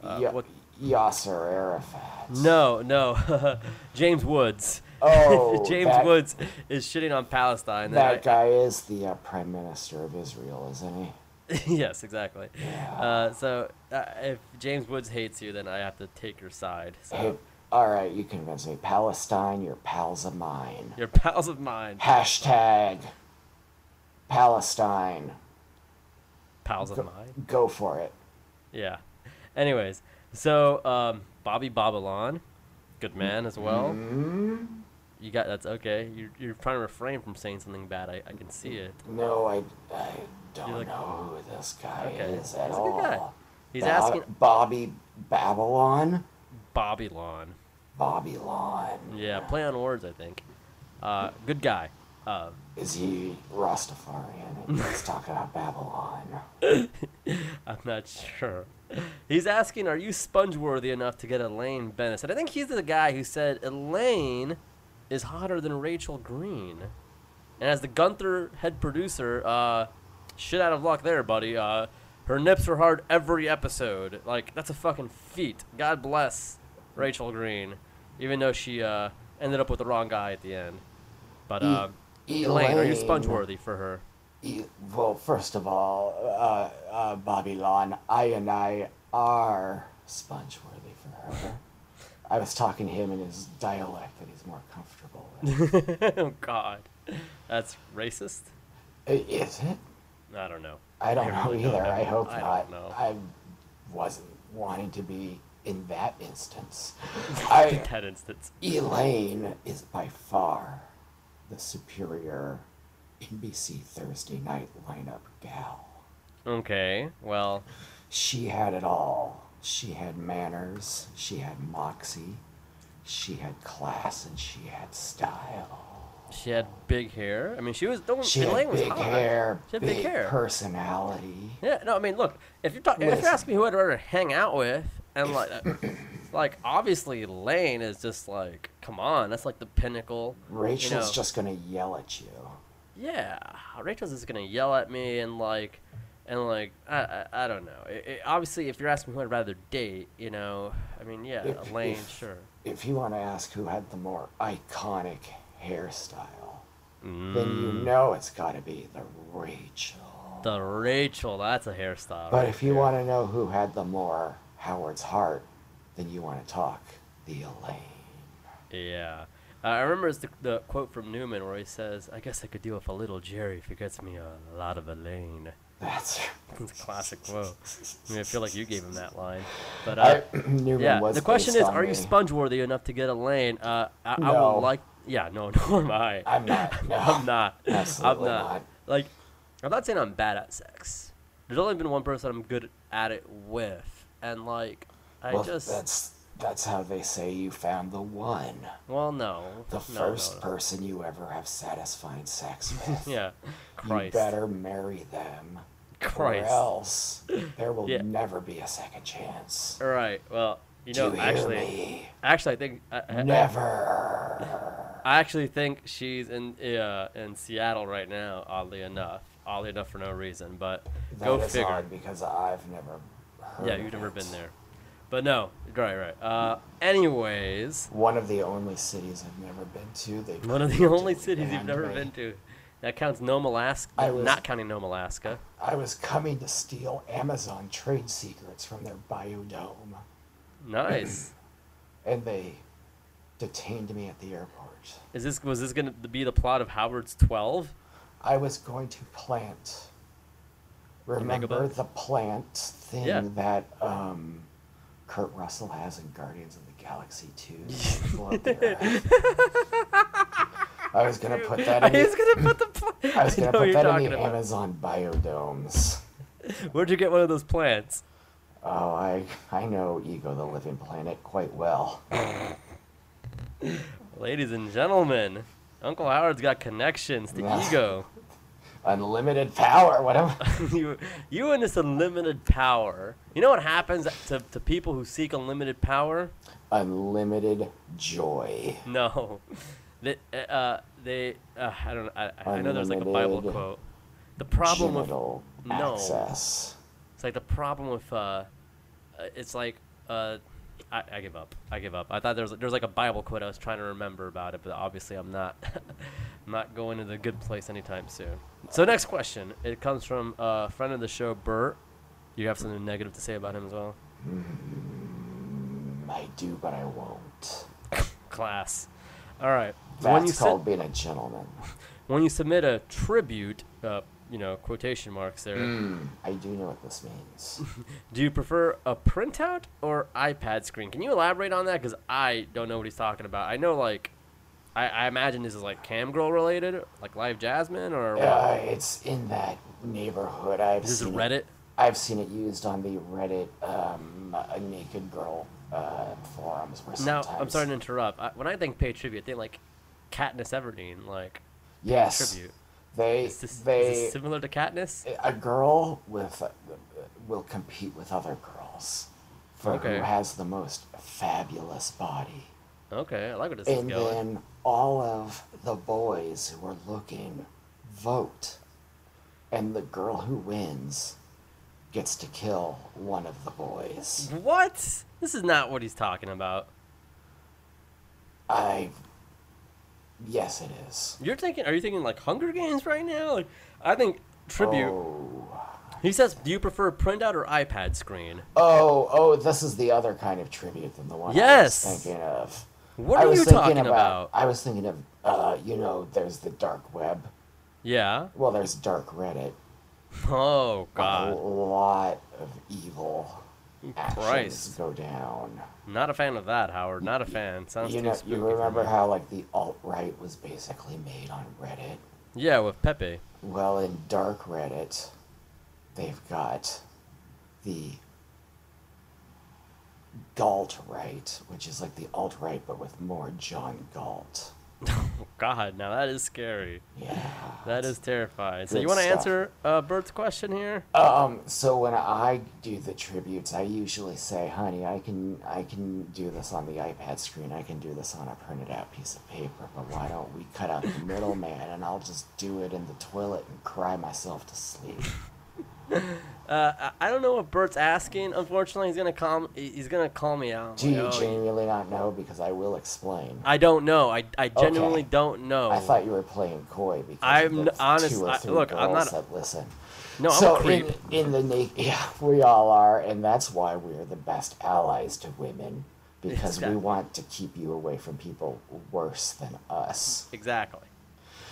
Speaker 5: Ya-
Speaker 4: what-
Speaker 5: Yasser Arafat.
Speaker 4: no, no, (laughs) James Woods.
Speaker 5: Oh,
Speaker 4: (laughs) James
Speaker 5: that-
Speaker 4: Woods is shitting on Palestine. and I-
Speaker 5: That guy is the uh, prime minister of Israel, isn't he?
Speaker 4: (laughs) yes, exactly. Uh, so uh, if James Woods hates you, then I have to take your side.
Speaker 5: Hey,
Speaker 4: So
Speaker 5: all right, you convinced me. Palestine, your pals of mine.
Speaker 4: you're pals of mine.
Speaker 5: Hashtag Palestine.
Speaker 4: Pals of mine.
Speaker 5: Go for it.
Speaker 4: Yeah. Anyways, so um, Bobby Babylon, good man as well.
Speaker 5: Mm-hmm.
Speaker 4: You got that's okay. You're, you're trying to refrain from saying something bad. I, I can see it.
Speaker 5: No, I, I don't
Speaker 4: You're like-
Speaker 5: know who this guy
Speaker 4: Okay,
Speaker 5: is at
Speaker 4: he's a
Speaker 5: all.
Speaker 4: good guy. He's
Speaker 5: Bo-
Speaker 4: asking
Speaker 5: Bobby Babylon?
Speaker 4: Babylon.
Speaker 5: Babylon.
Speaker 4: Yeah, play on words. I think. Uh, good guy. Uh,
Speaker 5: Is he Rastafarian? And he's talking about Babylon.
Speaker 4: I'm not sure. He's asking, are you sponge-worthy enough to get Elaine Bennett? And I think he's the guy who said Elaine is hotter than Rachel Green. And as the Gunther head producer, uh, shit out of luck there, buddy. Uh, her nips are hard every episode. Like that's a fucking feat. God bless Rachel Green, even though she uh, ended up with the wrong guy at the end. But uh, Elaine, are you sponge-worthy for her? (laughs)
Speaker 5: E- Well, first of all, uh, uh, Babylon, I and I are sponge worthy for her. I was talking to him in his dialect that he's more comfortable
Speaker 4: (laughs)
Speaker 5: with.
Speaker 4: oh God, that's racist.
Speaker 5: I- Is it?
Speaker 4: I don't know.
Speaker 5: I don't know
Speaker 4: really
Speaker 5: either.
Speaker 4: don't know.
Speaker 5: I hope
Speaker 4: I
Speaker 5: not.
Speaker 4: don't know.
Speaker 5: I wasn't wanting to be in that
Speaker 4: (laughs)
Speaker 5: instance. I,
Speaker 4: In that instance.
Speaker 5: Elaine is by far the superior NBC Thursday night lineup gal.
Speaker 4: Okay, well,
Speaker 5: She had it all. She had manners, she had moxie, she had class, and she had style.
Speaker 4: she had big hair. I mean, she was. Don't,
Speaker 5: She
Speaker 4: Elaine
Speaker 5: had big
Speaker 4: Mm, was hot.
Speaker 5: hair,
Speaker 4: She had
Speaker 5: big,
Speaker 4: big hair.
Speaker 5: personality.
Speaker 4: Yeah, no, I mean, look, if you're talking, if you're
Speaker 5: Listen.
Speaker 4: asking me who I'd rather hang out with, and like,
Speaker 5: (coughs)
Speaker 4: uh, like obviously Lane is just like, come on, that's like the pinnacle. you
Speaker 5: Rachel's
Speaker 4: know.
Speaker 5: just gonna yell at you.
Speaker 4: Yeah, Rachel's just gonna yell at me and like, and like, I, I, I don't know. It, it- obviously, if you're asking me who I'd rather date, you know, I mean, yeah,
Speaker 5: If-
Speaker 4: Uh, Elaine,
Speaker 5: if-
Speaker 4: sure.
Speaker 5: If you want to ask who had the more iconic
Speaker 4: Mm.
Speaker 5: hairstyle, then you know it's gotta be the Rachel.
Speaker 4: The Rachel, that's a hairstyle.
Speaker 5: But
Speaker 4: right
Speaker 5: if you
Speaker 4: there.
Speaker 5: want to know who had the more Howard's heart, then you want to talk the Elaine.
Speaker 4: Yeah. Uh, I remember it's the, the quote from Newman where he says, I guess I could deal with a little Jerry if he gets me a lot of Elaine.
Speaker 5: That's
Speaker 4: It's a classic quote. I mean, I feel like you gave him that line. But, uh,
Speaker 5: I, (clears throat) Newman
Speaker 4: yeah,
Speaker 5: was
Speaker 4: the question
Speaker 5: based
Speaker 4: is,
Speaker 5: on
Speaker 4: are
Speaker 5: me.
Speaker 4: you sponge worthy enough to get Elaine? Uh, I, I
Speaker 5: No.
Speaker 4: would like. Yeah, no, (laughs) nor am I. (laughs)
Speaker 5: I'm not. No,
Speaker 4: I'm not. I'm
Speaker 5: (laughs) Absolutely
Speaker 4: not.
Speaker 5: not.
Speaker 4: Like, I'm not saying I'm bad at sex. There's only been one person I'm good at it with, and like, I
Speaker 5: Well,
Speaker 4: just
Speaker 5: that's that's how they say you found the one,
Speaker 4: well, no,
Speaker 5: the
Speaker 4: No, no,
Speaker 5: first
Speaker 4: no.
Speaker 5: person you ever have
Speaker 4: (laughs)
Speaker 5: satisfying sex with.
Speaker 4: Yeah,
Speaker 5: You
Speaker 4: Christ,
Speaker 5: better marry them, or
Speaker 4: Christ.
Speaker 5: else there will
Speaker 4: Yeah.
Speaker 5: never be a second chance.
Speaker 4: All right, well, you
Speaker 5: Do
Speaker 4: know,
Speaker 5: you
Speaker 4: actually, uh,
Speaker 5: hear me?
Speaker 4: actually, I think I, I-
Speaker 5: Never.
Speaker 4: I actually think she's in uh, in Seattle right now. Oddly enough, oddly enough for no reason, but
Speaker 5: That
Speaker 4: go
Speaker 5: is
Speaker 4: figure.
Speaker 5: hard because I've never. Heard
Speaker 4: Yeah,
Speaker 5: of
Speaker 4: you've never
Speaker 5: it.
Speaker 4: been there, but no, right, right. Uh, anyways,
Speaker 5: One of the only cities I've never been to. They
Speaker 4: one of the
Speaker 5: completely
Speaker 4: only cities you've
Speaker 5: banned
Speaker 4: never
Speaker 5: me.
Speaker 4: been to. That counts Nome, Alaska.
Speaker 5: I was-
Speaker 4: Not counting Nome, Alaska.
Speaker 5: I was coming to steal Amazon trade secrets from their biodome, (coughs)
Speaker 4: Nice.
Speaker 5: and they detained me at the airport.
Speaker 4: Is this was this gonna be the plot of Howard's Twelve?
Speaker 5: I was going to plant. Remember
Speaker 4: Megabug?
Speaker 5: the plant thing
Speaker 4: Yeah.
Speaker 5: that um, Kurt Russell has in Guardians of the Galaxy 2?
Speaker 4: (laughs)
Speaker 5: I was going to put that
Speaker 4: (laughs)
Speaker 5: in.
Speaker 4: I was
Speaker 5: The,
Speaker 4: gonna put the. Pl-
Speaker 5: e- (laughs) I was going to
Speaker 4: know what
Speaker 5: put
Speaker 4: you're
Speaker 5: that
Speaker 4: talking
Speaker 5: in the
Speaker 4: about.
Speaker 5: Amazon biodomes.
Speaker 4: Where'd you get one of those plants?
Speaker 5: Oh, I I know Ego the Living Planet quite well.
Speaker 4: Ladies and gentlemen, Uncle Howard's got connections to ego.
Speaker 5: Unlimited power. What am I?
Speaker 4: you, you and this unlimited power. You know what happens to, to people who seek unlimited power?
Speaker 5: (laughs) Unlimited joy.
Speaker 4: No, (laughs) they, uh, they, uh, I don't, I, I know there's like a Bible
Speaker 5: Unlimited
Speaker 4: quote. The problem with
Speaker 5: genital
Speaker 4: no.
Speaker 5: access.
Speaker 4: It's like the problem with uh, uh, it's like uh, I, I give up. I give up. I thought there was there was like a Bible quote I was trying to remember about it, but obviously I'm not (laughs) I'm not going to the good place anytime soon. So next question. It comes from a uh, friend of the show, Bert. You have something negative to say about him as well?
Speaker 5: I do, but I won't.
Speaker 4: Class. All right. So when you
Speaker 5: That's
Speaker 4: su-
Speaker 5: called being a gentleman.
Speaker 4: when you submit a tribute, uh, you know quotation marks there.
Speaker 5: Hmm. I do know what
Speaker 4: (laughs)
Speaker 5: this means.
Speaker 4: Do you prefer a printout or iPad screen? Can you elaborate on that? Because I don't know what he's talking about. I know, like, I, I imagine this is like cam girl related, like Live Jasmine or what?
Speaker 5: uh, it's in that neighborhood. I've
Speaker 4: Is this
Speaker 5: seen
Speaker 4: Reddit?
Speaker 5: I've seen it used on the Reddit um, uh, naked girl uh, forums. Where
Speaker 4: Now
Speaker 5: sometimes
Speaker 4: I'm sorry to interrupt. I, when I think pay tribute, I think like Katniss Everdeen, like
Speaker 5: yes,
Speaker 4: tribute.
Speaker 5: they
Speaker 4: Is this,
Speaker 5: they
Speaker 4: is this similar to Katniss?
Speaker 5: a girl with will compete with other girls for
Speaker 4: Okay.
Speaker 5: who has the most fabulous body.
Speaker 4: Okay, I like where this is
Speaker 5: And
Speaker 4: going.
Speaker 5: then all of the boys who are looking vote. And the girl who wins gets to kill one of the boys.
Speaker 4: What? This is not what he's talking about.
Speaker 5: I. Yes, it is.
Speaker 4: You're thinking? Are you thinking like Hunger Games right now? Like, I think tribute.
Speaker 5: Oh.
Speaker 4: He says, "Do you prefer printout or iPad screen?"
Speaker 5: oh, oh, this is the other kind of tribute than the one I
Speaker 4: Yes.
Speaker 5: was thinking of.
Speaker 4: What
Speaker 5: I
Speaker 4: are
Speaker 5: was
Speaker 4: you
Speaker 5: thinking
Speaker 4: talking about?
Speaker 5: I was thinking of, uh, you know, there's the dark web.
Speaker 4: Yeah.
Speaker 5: Well, there's dark Reddit.
Speaker 4: Oh
Speaker 5: A
Speaker 4: God.
Speaker 5: lot of evil actions
Speaker 4: Christ.
Speaker 5: go down.
Speaker 4: Not a fan of that, Howard. Not a fan. Sounds
Speaker 5: you
Speaker 4: too
Speaker 5: know,
Speaker 4: spooky.
Speaker 5: you
Speaker 4: for
Speaker 5: remember
Speaker 4: me.
Speaker 5: how like the alt right was basically made on Reddit.
Speaker 4: Yeah, with Pepe.
Speaker 5: Well, in dark Reddit, they've got the Galt right, which is like the alt right but with more John Galt.
Speaker 4: God, now that is scary.
Speaker 5: Yeah.
Speaker 4: That is terrifying. So
Speaker 5: Good
Speaker 4: you want to
Speaker 5: stuff.
Speaker 4: answer uh, Bert's question here?
Speaker 5: Um. So when I do the tributes, I usually say, "Honey, I can I can do this on the iPad screen. I can do this on a printed out piece of paper. But why don't we cut out the middleman and I'll just do it in the toilet and cry myself to sleep."
Speaker 4: Uh, I- I don't know what Bert's asking. Unfortunately, he's gonna call. he- He's gonna call me out.
Speaker 5: Do you
Speaker 4: Like, oh,
Speaker 5: genuinely not know? Because I will explain.
Speaker 4: I don't know. I, I genuinely don't know.
Speaker 5: I thought you were playing coy because
Speaker 4: I'm
Speaker 5: of
Speaker 4: n-
Speaker 5: the f-
Speaker 4: honest-
Speaker 5: two
Speaker 4: I-
Speaker 5: or three
Speaker 4: look,
Speaker 5: girls
Speaker 4: I'm not-
Speaker 5: that listen.
Speaker 4: no, I'm
Speaker 5: so
Speaker 4: a creep.
Speaker 5: In, in the na- (laughs) yeah, we all are, and that's why we're the best allies to women because we
Speaker 4: Exactly.
Speaker 5: want to keep you away from people worse than us.
Speaker 4: Exactly.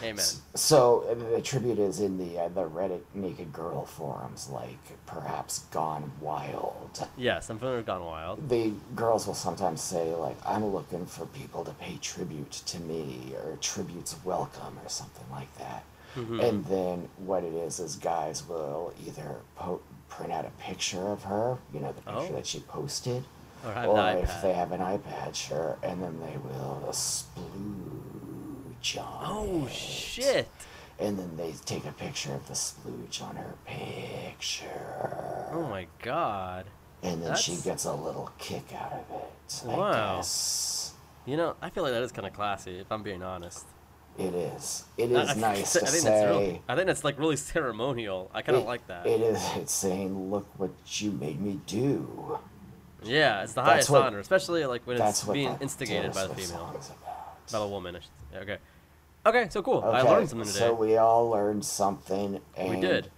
Speaker 4: Amen.
Speaker 5: So uh, the tribute is in the uh, the Reddit naked girl forums, like perhaps gone wild.
Speaker 4: Yes, I'm feeling gone wild.
Speaker 5: the girls will sometimes say like i'm looking for people to pay tribute to me or tributes welcome or something like that
Speaker 4: Mm-hmm.
Speaker 5: and then what it is is guys will either po- print out a picture of her you know the picture
Speaker 4: Oh.
Speaker 5: that she posted
Speaker 4: Or have
Speaker 5: or
Speaker 4: an
Speaker 5: if
Speaker 4: iPad.
Speaker 5: they have an ipad sure and then they will splooge on
Speaker 4: Oh
Speaker 5: it.
Speaker 4: shit!
Speaker 5: and then they take a picture of the splooge on her picture
Speaker 4: Oh my god.
Speaker 5: and then she
Speaker 4: That's-
Speaker 5: gets a little kick out of it. I
Speaker 4: Wow.
Speaker 5: guess.
Speaker 4: You know, I feel like that is kind of classy. If I'm being honest.
Speaker 5: It is.
Speaker 4: I-
Speaker 5: It is
Speaker 4: I think
Speaker 5: nice
Speaker 4: it's-
Speaker 5: to
Speaker 4: I think
Speaker 5: say.
Speaker 4: That's real, I think that's like really ceremonial. I kind of
Speaker 5: it-
Speaker 4: like that.
Speaker 5: It is. It's saying, "Look what you made me do."
Speaker 4: yeah, it's the
Speaker 5: that's
Speaker 4: highest
Speaker 5: what-
Speaker 4: honor, especially like when
Speaker 5: That's
Speaker 4: it's
Speaker 5: what
Speaker 4: being
Speaker 5: that
Speaker 4: instigated by
Speaker 5: Taylor
Speaker 4: the
Speaker 5: Swift
Speaker 4: female,
Speaker 5: song's about.
Speaker 4: by the woman. I should say. Okay. Okay, so cool. I
Speaker 5: Okay,
Speaker 4: learned something today.
Speaker 5: So we all learned something. And
Speaker 4: did.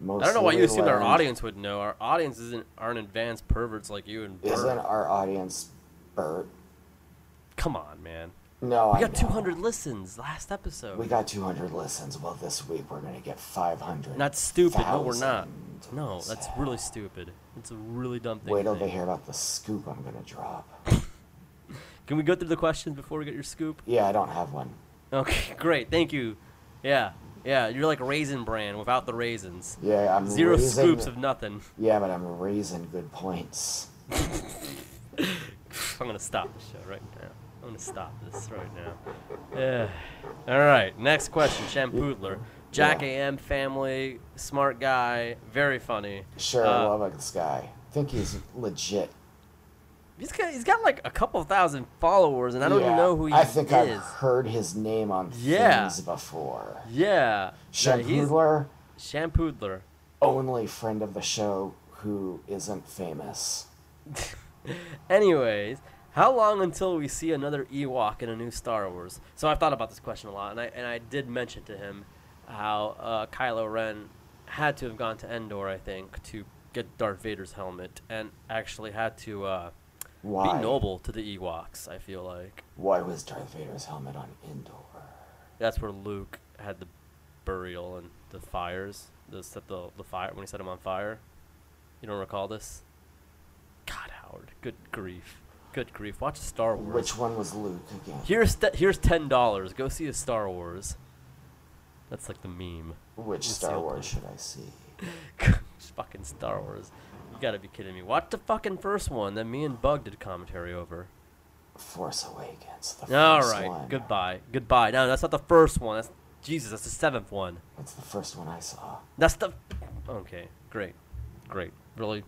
Speaker 5: Mostly
Speaker 4: I don't know why you
Speaker 5: we
Speaker 4: assume our
Speaker 5: learned-
Speaker 4: audience would know. Our audience isn't aren't advanced perverts like you and Bert.
Speaker 5: isn't our audience Bert.
Speaker 4: Come on, man.
Speaker 5: No, I
Speaker 4: We got
Speaker 5: know.
Speaker 4: 200 listens last episode.
Speaker 5: We got 200 listens. Well, this week we're gonna get 500.
Speaker 4: Not stupid. No, we're not.
Speaker 5: 1,000.
Speaker 4: No, that's really stupid. It's a really dumb thing.
Speaker 5: Wait
Speaker 4: to
Speaker 5: till they
Speaker 4: think.
Speaker 5: hear about the scoop I'm gonna drop.
Speaker 4: Can we go through the questions before we get your scoop?
Speaker 5: Yeah, I don't have one.
Speaker 4: Okay, (laughs) great. Thank you. Yeah, yeah. You're like raisin bran without the raisins.
Speaker 5: Yeah, I'm
Speaker 4: Zero
Speaker 5: raising-
Speaker 4: scoops of nothing. (laughs)
Speaker 5: Yeah, but I'm raising good points.
Speaker 4: I'm gonna stop the show right now. I'm gonna stop this right now. Yeah. All right. Next question, Shampoodler. Jack
Speaker 5: Yeah.
Speaker 4: AM family, smart guy, very funny.
Speaker 5: Sure, I
Speaker 4: Uh,
Speaker 5: love this guy. Think he's legit.
Speaker 4: He's got he's got like a couple thousand followers, and I don't
Speaker 5: Yeah,
Speaker 4: even know who he
Speaker 5: I think
Speaker 4: is.
Speaker 5: I've heard his name on
Speaker 4: Yeah.
Speaker 5: things before.
Speaker 4: Yeah. Yeah, he's-
Speaker 5: Shampoodler,
Speaker 4: Shampoodler.
Speaker 5: only friend of the show who isn't famous.
Speaker 4: (laughs) Anyways, how long until we see another Ewok in a new Star Wars? So I've thought about this question a lot, and I and I did mention to him how uh, Kylo Ren had to have gone to Endor, I think, to get Darth Vader's helmet, and actually had to uh, be
Speaker 5: Why?
Speaker 4: noble to the Ewoks. I feel like
Speaker 5: Why was Darth Vader's helmet on Endor?
Speaker 4: that's where Luke had the burial and the fires. The set the the fire when he set him on fire. You don't recall this? God, Howard. Good grief. Good grief. Watch Star Wars.
Speaker 5: Which one was Luke again?
Speaker 4: Here's th- here's ten dollars. Go see a Star Wars. That's like the meme. (laughs)
Speaker 5: Which
Speaker 4: It's
Speaker 5: Star
Speaker 4: the-
Speaker 5: Wars should I see?
Speaker 4: It's fucking Star Wars. You gotta be kidding me. Watch the fucking first one that me and Bug did commentary over.
Speaker 5: Force Awakens. The
Speaker 4: All
Speaker 5: first
Speaker 4: right.
Speaker 5: one.
Speaker 4: Goodbye. Goodbye. No, that's not the first one. That's Jesus. That's the seventh one.
Speaker 5: That's the first one I saw.
Speaker 4: That's the. Okay. Great. Great. Really.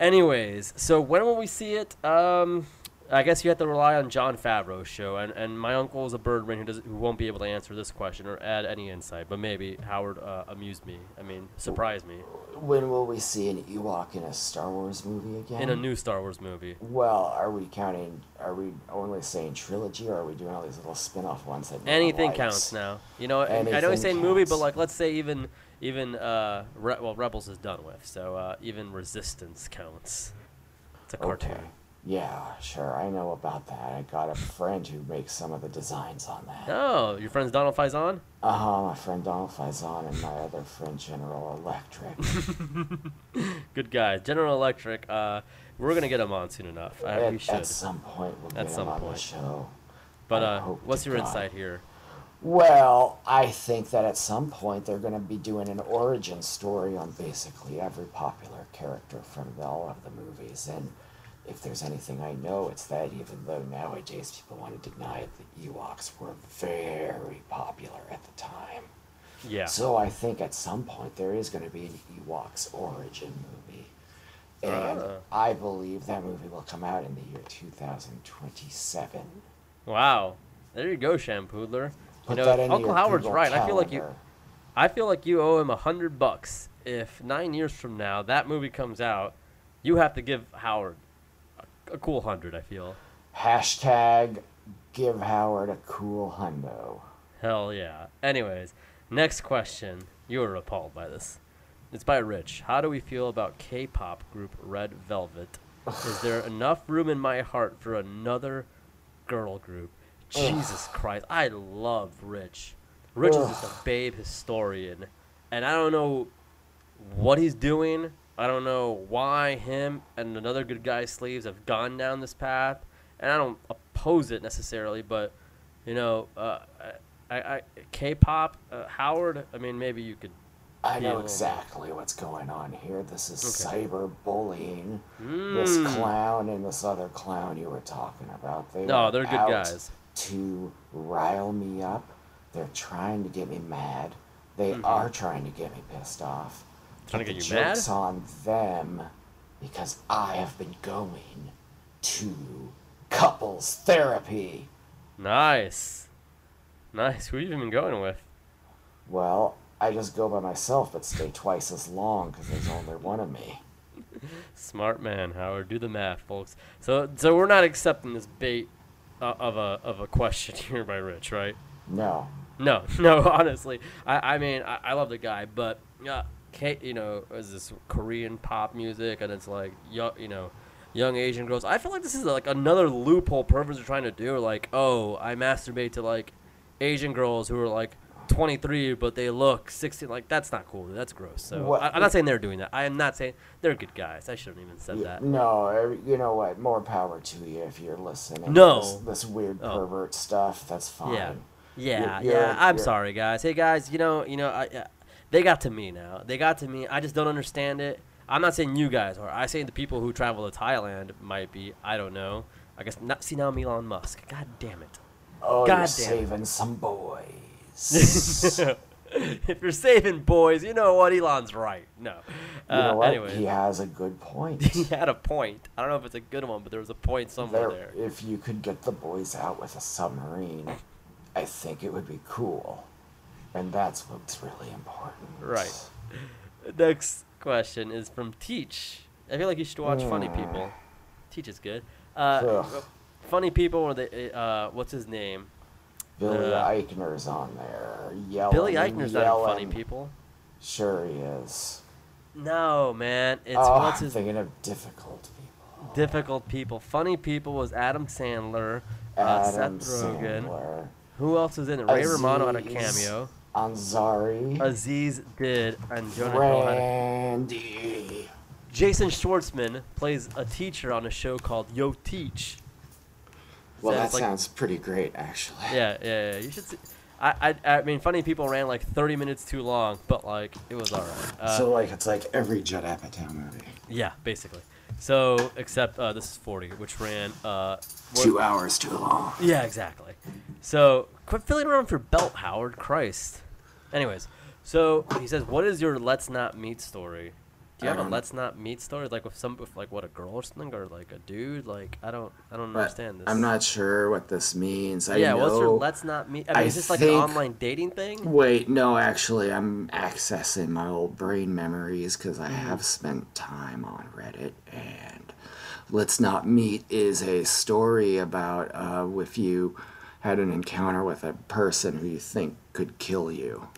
Speaker 4: Anyways, so when will we see it? Um, I guess you have to rely on John Favreau's show, and, and my uncle is a birdman who does who won't be able to answer this question or add any insight. But maybe Howard uh, amused me. I mean, surprised me
Speaker 5: When will we see an Ewok in a Star Wars movie again?
Speaker 4: in a new Star Wars movie.
Speaker 5: Well, are we counting? Are we only saying trilogy, or are we doing all these little spin-off ones that no one
Speaker 4: Anything
Speaker 5: likes?
Speaker 4: counts now. You know, and I know you
Speaker 5: Anything
Speaker 4: say movie, but
Speaker 5: counts.
Speaker 4: like let's say even even uh, Re- well, Rebels is done with, so uh, even Resistance counts. It's a cartoon.
Speaker 5: Okay. Yeah, sure. I know about that. I got a friend who makes some of the designs on that.
Speaker 4: Oh, your friend's Donald Faison?
Speaker 5: Uh huh. My friend Donald Faison and my other friend General
Speaker 4: (laughs)
Speaker 5: Electric.
Speaker 4: Good guy. General Electric, uh, we're going to get him on soon enough. I, we
Speaker 5: at,
Speaker 4: should.
Speaker 5: at some point, we'll get
Speaker 4: some
Speaker 5: him on
Speaker 4: point.
Speaker 5: the show.
Speaker 4: But
Speaker 5: I
Speaker 4: uh,
Speaker 5: hope
Speaker 4: what's
Speaker 5: to
Speaker 4: your
Speaker 5: God.
Speaker 4: insight here?
Speaker 5: Well, I think that at some point they're going to be doing an origin story on basically every popular character from the- all of the movies. And if there's anything I know, it's that even though nowadays people want to deny it, the Ewoks were very popular at the time.
Speaker 4: Yeah.
Speaker 5: So I think at some point there is going to be an Ewoks origin movie. And
Speaker 4: Ah.
Speaker 5: I believe that movie will come out in the year 2027.
Speaker 4: wow. There you go, Shampoodler. You
Speaker 5: Put
Speaker 4: know,
Speaker 5: that in
Speaker 4: Uncle
Speaker 5: your
Speaker 4: Howard's
Speaker 5: Google
Speaker 4: right. I feel like you.
Speaker 5: calendar.
Speaker 4: I feel like you owe him a hundred bucks. If nine years from now that movie comes out, you have to give Howard a, a cool hundred. I feel.
Speaker 5: Hashtag give Howard a cool hundo.
Speaker 4: Hell yeah. Anyways, next question. You were appalled by this. It's by Rich. How do we feel about K-pop group Red Velvet? Is there enough room in my heart for another girl group? Jesus Christ, I love Rich. Rich is just a babe historian, and I don't know what he's doing. I don't know why him and another good guy's sleeves have gone down this path, and I don't oppose it necessarily, but you know, uh, I, I, K-pop, uh, Howard. I mean, maybe you could.
Speaker 5: I know
Speaker 4: Yeah.
Speaker 5: exactly what's going on here. This is
Speaker 4: Okay. Hmm.
Speaker 5: cyberbullying. This clown and this other clown you were talking about. They
Speaker 4: No,
Speaker 5: were
Speaker 4: they're good
Speaker 5: out
Speaker 4: guys.
Speaker 5: To rile me up. They're trying to get me mad. They are trying to get me pissed off.
Speaker 4: Trying
Speaker 5: but
Speaker 4: to Mm-hmm. get
Speaker 5: the
Speaker 4: you mad?
Speaker 5: joke's on them because I have been going to couples therapy.
Speaker 4: Nice, nice. Who you even going with?
Speaker 5: Well, I just go by myself, but stay twice as long because there's only one of me.
Speaker 4: Smart man, Howard. Do the math, folks. So, so we're not accepting this bait uh, of a of a question (laughs) here by Rich, right?
Speaker 5: No,
Speaker 4: No, (laughs) no. Honestly, I, I mean, I, I love the guy, but yeah, K, you know, is this Korean pop music, and it's like young, you know, young Asian girls. I feel like this is like another loophole perverts are trying to do. Like, oh, I masturbate to like Asian girls who are like. 23, but they look 16. Like that's not cool. That's gross. So
Speaker 5: What-
Speaker 4: I, I'm not saying they're doing that. I am not saying they're good guys. I shouldn't even said
Speaker 5: Yeah,
Speaker 4: that.
Speaker 5: No, I- you know what? More power to you if you're listening.
Speaker 4: No.
Speaker 5: This, this weird
Speaker 4: Oh.
Speaker 5: pervert stuff, that's fine.
Speaker 4: Yeah, yeah,
Speaker 5: you're-
Speaker 4: yeah. I'm
Speaker 5: you're-
Speaker 4: sorry, guys. Hey, guys. You know, you know, I, uh, they got to me now. They got to me. I just don't understand it. I'm not saying you guys are. I say the people who travel to Thailand might be. I don't know. I guess not. See now, I'm Elon Musk. God damn it.
Speaker 5: Oh,
Speaker 4: God damn
Speaker 5: you're
Speaker 4: it.
Speaker 5: saving some boys. you
Speaker 4: if you're saving boys, you know what? Elon's right. No. (laughs) Uh,
Speaker 5: know what?
Speaker 4: Anyway,
Speaker 5: He has a good point.
Speaker 4: (laughs) he had a point. I don't know if it's a good one, but there was a point somewhere
Speaker 5: there,
Speaker 4: there.
Speaker 5: If you could get the boys out with a submarine, I think it would be cool. And that's what's really important.
Speaker 4: Right. Next question is from Teach. I feel like you should watch Funny People. Teach is good. Uh,
Speaker 5: Hmm. Ugh.
Speaker 4: funny People, or the uh, what's his name?
Speaker 5: Billy
Speaker 4: Uh,
Speaker 5: Eichner's on there. Yelling,
Speaker 4: Billy Eichner's not in
Speaker 5: yelling.
Speaker 4: Funny People.
Speaker 5: Sure he is.
Speaker 4: No, man, it's
Speaker 5: oh,
Speaker 4: what's
Speaker 5: I'm
Speaker 4: his
Speaker 5: thinking of difficult people.
Speaker 4: difficult people. Funny People was Adam Sandler, uh,
Speaker 5: Adam
Speaker 4: Seth Rogen.
Speaker 5: Sandler.
Speaker 4: Who else was in it? Ray Romano had a
Speaker 5: Aziz
Speaker 4: cameo.
Speaker 5: Ansari.
Speaker 4: Aziz did, and Jonah Hill had a
Speaker 5: Randy.
Speaker 4: Jason Schwartzman plays a teacher on a show called Yo Teach.
Speaker 5: Well, that
Speaker 4: Sounds like-
Speaker 5: sounds pretty great, actually.
Speaker 4: Yeah, yeah, yeah. You should. See. I, I, I mean, funny people ran like 30 minutes too long, but like it was all right. Uh,
Speaker 5: so, like, it's like every Judd Apatow movie.
Speaker 4: yeah, basically. So except uh, this is 40, which ran. Uh, what-
Speaker 5: Two hours too long.
Speaker 4: yeah, exactly. So quit filling around for belt, Howard. Christ. Anyways, so he says, "What is your let's not meet story? Do you have a
Speaker 5: Um,
Speaker 4: let's not meet story? Like with some, with like what a girl or something, or like a dude? Like I don't, I don't
Speaker 5: But
Speaker 4: understand this.
Speaker 5: I'm not sure what this means. I
Speaker 4: Yeah,
Speaker 5: know.
Speaker 4: what's your let's not meet? I mean,
Speaker 5: I
Speaker 4: is this like an
Speaker 5: think-
Speaker 4: online dating thing?
Speaker 5: Wait, no, actually, I'm accessing my old brain memories because
Speaker 4: Mm.
Speaker 5: I have spent time on Reddit. And Let's Not Meet is a story about uh, if you had an encounter with a person who you think could kill you.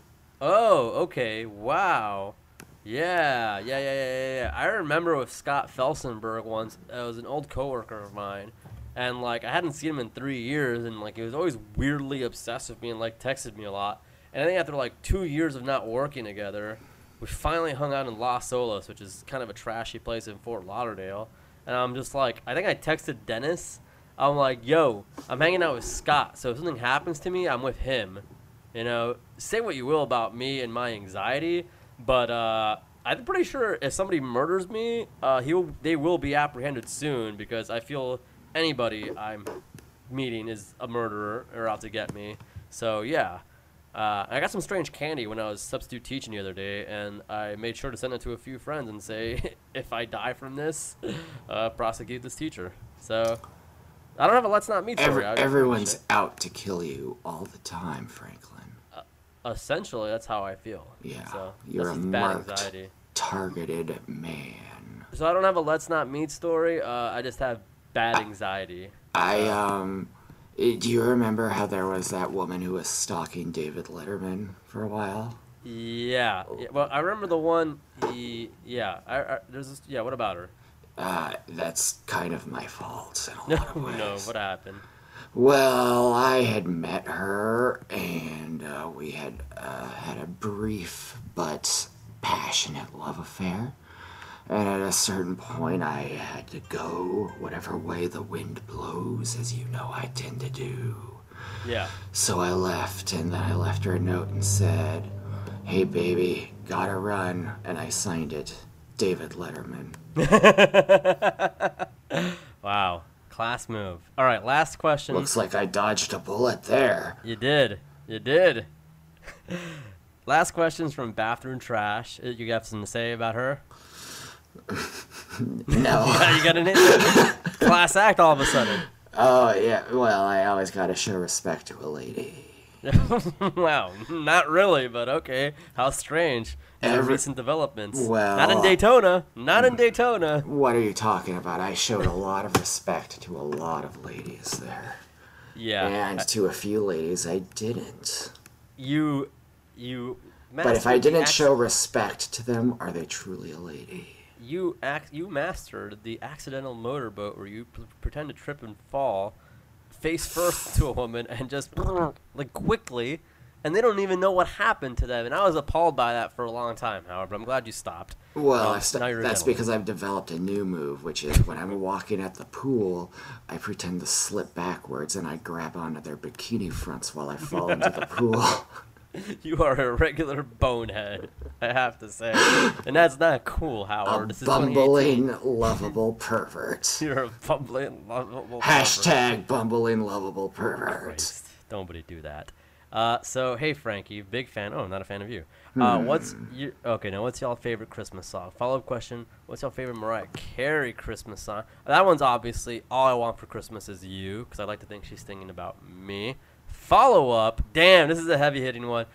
Speaker 4: Oh, okay. Wow. Yeah, yeah, yeah, yeah, yeah, yeah. I remember with Scott Felsenberg once. uh, It was an old coworker of mine, and like I hadn't seen him in three years, and like he was always weirdly obsessed with me and like texted me a lot. And I think after like two years of not working together, we finally hung out in Los Olas, which is kind of a trashy place in Fort Lauderdale. And I'm just like, I think I texted Dennis. I'm like, yo, I'm hanging out with Scott, so if something happens to me, I'm with him. You know, say what you will about me and my anxiety, but uh, I'm pretty sure if somebody murders me, uh, he will, they will be apprehended soon because I feel anybody I'm meeting is a murderer or out to get me. So yeah, uh, I got some strange candy when I was substitute teaching the other day, and I made sure to send it to a few friends and say, (laughs) if I die from this, (laughs) uh, prosecute this teacher. So I don't have a let's not meet story.
Speaker 5: Every,
Speaker 4: I-
Speaker 5: everyone's out to kill you all the time, Franklin.
Speaker 4: Essentially, that's how I feel.
Speaker 5: Yeah,
Speaker 4: So
Speaker 5: you're
Speaker 4: this
Speaker 5: a
Speaker 4: is bad
Speaker 5: marked
Speaker 4: anxiety.
Speaker 5: targeted man.
Speaker 4: So I don't have a let's not meet story. Uh, I just have bad anxiety.
Speaker 5: I
Speaker 4: Uh,
Speaker 5: um, eh, do you remember how there was that woman who was stalking David Letterman for a while?
Speaker 4: Yeah. yeah well, I remember the one. He, yeah. I, I, there's this, yeah. What about her? (laughs)
Speaker 5: Uh, that's kind of my fault in a
Speaker 4: No,
Speaker 5: lot of ways.
Speaker 4: (laughs) no. What happened?
Speaker 5: Well, I had met her, and uh, we had uh, had a brief but passionate love affair. And at a certain point, I had to go whatever way the wind blows, as you know I tend to do.
Speaker 4: Yeah.
Speaker 5: So I left, and then I left her a note and said, Hey, baby, gotta run. And I signed it David Letterman.
Speaker 4: Wow. Class move. All right. Last question.
Speaker 5: Looks like I dodged a bullet there.
Speaker 4: You did. You did. (laughs) Last question's from Bathroom Trash. Uh, You have something to say about her?
Speaker 5: No.
Speaker 4: Yeah, you got an issue. Class act all of a sudden.
Speaker 5: (laughs) oh, yeah. Well, I always gotta show respect to a lady.
Speaker 4: (laughs) wow, not really, but okay. How strange. These are
Speaker 5: Every-
Speaker 4: recent developments.
Speaker 5: Well,
Speaker 4: not in
Speaker 5: uh,
Speaker 4: Daytona. Not in Daytona.
Speaker 5: What are you talking about? I showed a lot of respect to a lot of ladies there.
Speaker 4: Yeah.
Speaker 5: And to a few ladies I didn't.
Speaker 4: You, you.
Speaker 5: But if
Speaker 4: mastered
Speaker 5: I
Speaker 4: the
Speaker 5: didn't
Speaker 4: ac-
Speaker 5: show respect to them, are they truly a lady?
Speaker 4: you act, you mastered the accidental motorboat where you p- pretend to trip and fall, face first to a woman, and just like quickly, and they don't even know what happened to them. And I was appalled by that for a long time, however. I'm glad you stopped.
Speaker 5: Well,
Speaker 4: Uh,
Speaker 5: I've st-
Speaker 4: now you're a
Speaker 5: that's
Speaker 4: gentleman.
Speaker 5: because I've developed a new move, which is when I'm walking at the pool, I pretend to slip backwards and I grab onto their bikini fronts while I fall into
Speaker 4: (laughs)
Speaker 5: the pool.
Speaker 4: Oh, You are a regular bonehead, I have to say. And that's not cool, Howard.
Speaker 5: A
Speaker 4: this is 2018.
Speaker 5: bumbling, lovable pervert.
Speaker 4: (laughs) You're a bumbling, lovable.
Speaker 5: Hashtag bumbling, lovable pervert.
Speaker 4: Christ, Nobody do that. Uh, so, hey, Frankie, big fan. Oh, I'm not a fan of you. Uh, What's you? Okay, now what's y'all favorite Christmas song? Follow up question: What's y'all favorite Mariah Carey Christmas song? That one's obviously "All I Want for Christmas Is You" because I like to think she's thinking about me. Follow up: Damn, this is a heavy hitting one.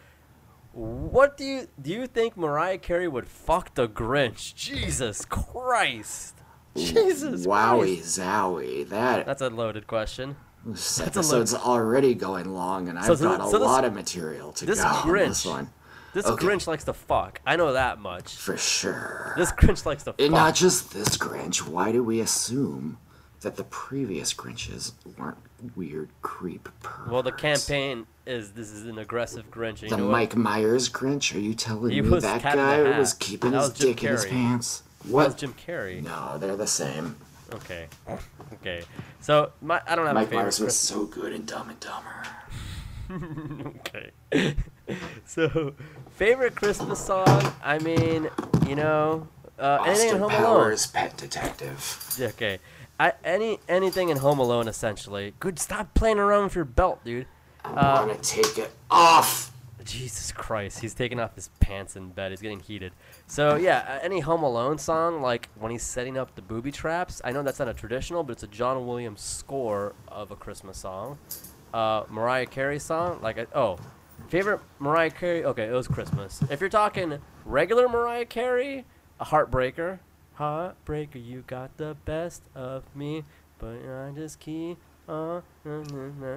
Speaker 4: What do you do? You think Mariah Carey would fuck the Grinch? Jesus Christ! Jesus
Speaker 5: Wowie
Speaker 4: Christ!
Speaker 5: zowie. That
Speaker 4: That's a loaded question.
Speaker 5: this
Speaker 4: a little-
Speaker 5: episode's already going long, and I've
Speaker 4: so-
Speaker 5: got a
Speaker 4: so this-
Speaker 5: lot of material to
Speaker 4: this
Speaker 5: go on this
Speaker 4: Grinch-
Speaker 5: one.
Speaker 4: This
Speaker 5: Okay.
Speaker 4: Grinch likes to fuck. I know that much.
Speaker 5: For sure.
Speaker 4: This Grinch likes to fuck.
Speaker 5: And not just this Grinch, why do we assume that the previous Grinches weren't weird creep perverts?
Speaker 4: well, the campaign is this is an aggressive Grinch. and You
Speaker 5: The
Speaker 4: know
Speaker 5: Mike Myers Grinch, are you telling
Speaker 4: He
Speaker 5: me
Speaker 4: was
Speaker 5: that
Speaker 4: Cat in the
Speaker 5: guy
Speaker 4: Hat.
Speaker 5: was keeping
Speaker 4: That
Speaker 5: his
Speaker 4: was Jim
Speaker 5: dick in his
Speaker 4: Carrey.
Speaker 5: pants?
Speaker 4: what? That's
Speaker 5: What?
Speaker 4: Jim Carrey.
Speaker 5: No, they're the same.
Speaker 4: Okay, okay. So my I don't have a
Speaker 5: Mike
Speaker 4: favorite.
Speaker 5: Myers was
Speaker 4: Chris-
Speaker 5: so good in Dumb and Dumber.
Speaker 4: okay. (laughs) so favorite Christmas song? I mean, you know, uh, anything in
Speaker 5: Austin
Speaker 4: Home Alone.
Speaker 5: Powers, Pet Detective.
Speaker 4: Yeah, Okay. I, any anything in Home Alone essentially. Good. Stop playing around with your belt, dude.
Speaker 5: I
Speaker 4: Uh,
Speaker 5: wanna take it off!
Speaker 4: Jesus Christ, he's taking off his pants in bed. He's getting heated. So yeah, uh, any Home Alone song, like when he's setting up the booby traps. I know that's not a traditional, but it's a John Williams score of a Christmas song. Uh, Mariah Carey song, like I, oh, favorite Mariah Carey. Okay, it was Christmas. If you're talking regular Mariah Carey, a heartbreaker, heartbreaker, you got the best of me, but I just keep on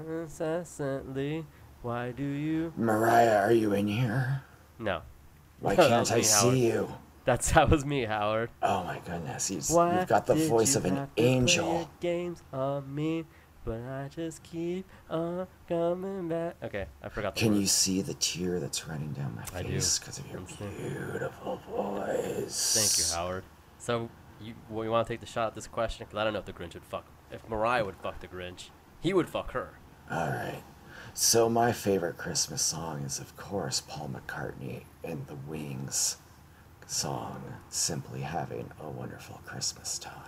Speaker 4: incessantly. Why do you?
Speaker 5: Mariah, are you in here?
Speaker 4: No. (laughs)
Speaker 5: Why
Speaker 4: That
Speaker 5: can't
Speaker 4: was
Speaker 5: I
Speaker 4: me, Howard.
Speaker 5: see you?
Speaker 4: That's that was me, Howard.
Speaker 5: Oh my goodness, you've,
Speaker 4: Why
Speaker 5: you've got the
Speaker 4: did
Speaker 5: voice
Speaker 4: you
Speaker 5: of an
Speaker 4: have to play your
Speaker 5: angel.
Speaker 4: games on me, but I just keep on coming back. Okay, I forgot. The
Speaker 5: Can you
Speaker 4: words.
Speaker 5: see the tear that's running down my
Speaker 4: I do.
Speaker 5: face because of your
Speaker 4: It's there.
Speaker 5: beautiful voice?
Speaker 4: Thank you, Howard. So you well, you want to take the shot at this question? Because I don't know if the Grinch would fuck. If Mariah would fuck the Grinch, he would fuck her.
Speaker 5: All right. So my favorite Christmas song is, of course, Paul McCartney and the Wings song, "Simply Having a Wonderful Christmas Time."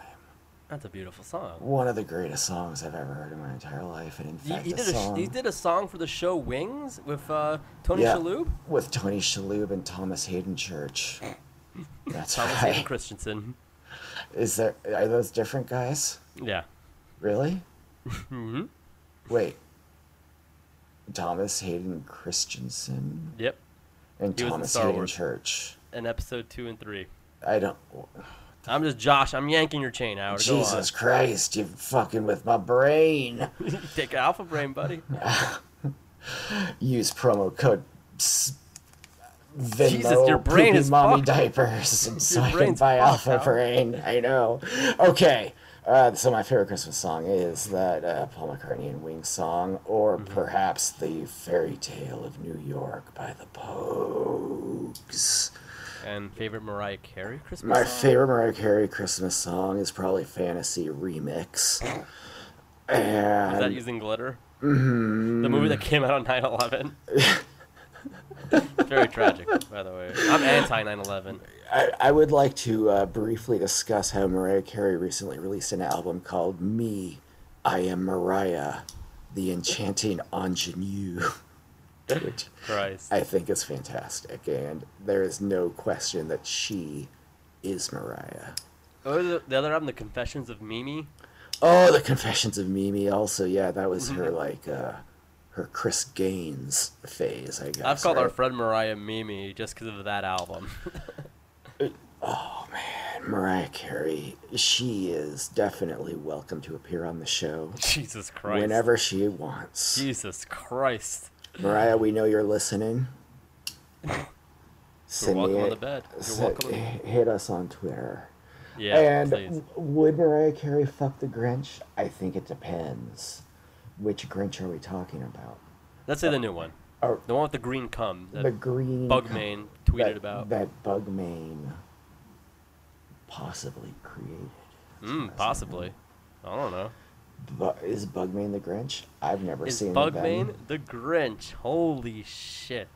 Speaker 4: That's a beautiful song.
Speaker 5: One of the greatest songs I've ever heard in my entire life, and in
Speaker 4: He,
Speaker 5: fact,
Speaker 4: he
Speaker 5: a
Speaker 4: did a sh-
Speaker 5: song
Speaker 4: he did a song for the show Wings with uh, Tony
Speaker 5: Yeah.
Speaker 4: Shalhoub,
Speaker 5: with Tony Shalhoub and Thomas Hayden
Speaker 4: (laughs)
Speaker 5: Church. That's
Speaker 4: Thomas
Speaker 5: right.
Speaker 4: Hayden Christensen.
Speaker 5: Is there are those different guys?
Speaker 4: Yeah. Mm-hmm.
Speaker 5: Really?
Speaker 4: hmm
Speaker 5: Wait. Thomas Hayden Christensen
Speaker 4: Yep.
Speaker 5: and
Speaker 4: He was in
Speaker 5: Thomas
Speaker 4: Star
Speaker 5: Hayden
Speaker 4: Wars.
Speaker 5: Church.
Speaker 4: In episode two and three.
Speaker 5: I don't.
Speaker 4: I'm just Josh. I'm yanking your chain, Howard. Go on.
Speaker 5: Jesus Christ, you fucking with my brain.
Speaker 4: Take Alpha Brain, buddy.
Speaker 5: Use promo code. s- Venmo,
Speaker 4: Jesus, your brain
Speaker 5: poopy
Speaker 4: is
Speaker 5: mommy
Speaker 4: fucked.
Speaker 5: diapers, (laughs) and so I can
Speaker 4: brain's
Speaker 5: buy
Speaker 4: fucked,
Speaker 5: Alpha
Speaker 4: Al.
Speaker 5: Brain. I know. Okay, uh, so my favorite Christmas song is that uh, Paul McCartney and Wings song, or
Speaker 4: Mm-hmm.
Speaker 5: perhaps the Fairy Tale of New York by the Pogues.
Speaker 4: And favorite Mariah Carey Christmas
Speaker 5: My
Speaker 4: song?
Speaker 5: favorite Mariah Carey Christmas song is probably Fantasy Remix. And
Speaker 4: Is
Speaker 5: Um,
Speaker 4: that using glitter?
Speaker 5: mm-hmm.
Speaker 4: The movie that came out on 9 11. Very tragic, by the way. I'm anti 9 11.
Speaker 5: I, I would like to uh, briefly discuss how Mariah Carey recently released an album called Me, I Am Mariah, the enchanting ingenue, (laughs) which
Speaker 4: Christ.
Speaker 5: I think is fantastic. And there is no question that she is Mariah.
Speaker 4: What was the, the other album, The Confessions of Mimi?
Speaker 5: Oh, the Confessions of Mimi. Also, yeah, that was
Speaker 4: Mm-hmm.
Speaker 5: her like uh, her Chris Gaines phase. I guess.
Speaker 4: I've called our
Speaker 5: right?
Speaker 4: friend Mariah Mimi just because of that album. (laughs)
Speaker 5: Mariah Carey. She is definitely welcome to appear on the show
Speaker 4: Jesus Christ.
Speaker 5: whenever she wants.
Speaker 4: Jesus Christ.
Speaker 5: Mariah, we know you're listening. Send
Speaker 4: welcome
Speaker 5: me
Speaker 4: on the
Speaker 5: a-
Speaker 4: bed. (laughs) You're
Speaker 5: s-
Speaker 4: welcome.
Speaker 5: Hit us on Twitter.
Speaker 4: Yeah,
Speaker 5: and
Speaker 4: please.
Speaker 5: would Mariah Carey fuck the Grinch? I think it depends. Which Grinch are we talking about?
Speaker 4: Let's say the new one.
Speaker 5: Oh,
Speaker 4: The one with the green cum that
Speaker 5: the green
Speaker 4: Bugman tweeted
Speaker 5: that,
Speaker 4: about.
Speaker 5: that Bugman possibly created.
Speaker 4: mm, possibly. I don't know.
Speaker 5: But is Bugman the Grinch? I've never
Speaker 4: Is
Speaker 5: seen
Speaker 4: Bugman
Speaker 5: Them.
Speaker 4: the Grinch? Holy shit.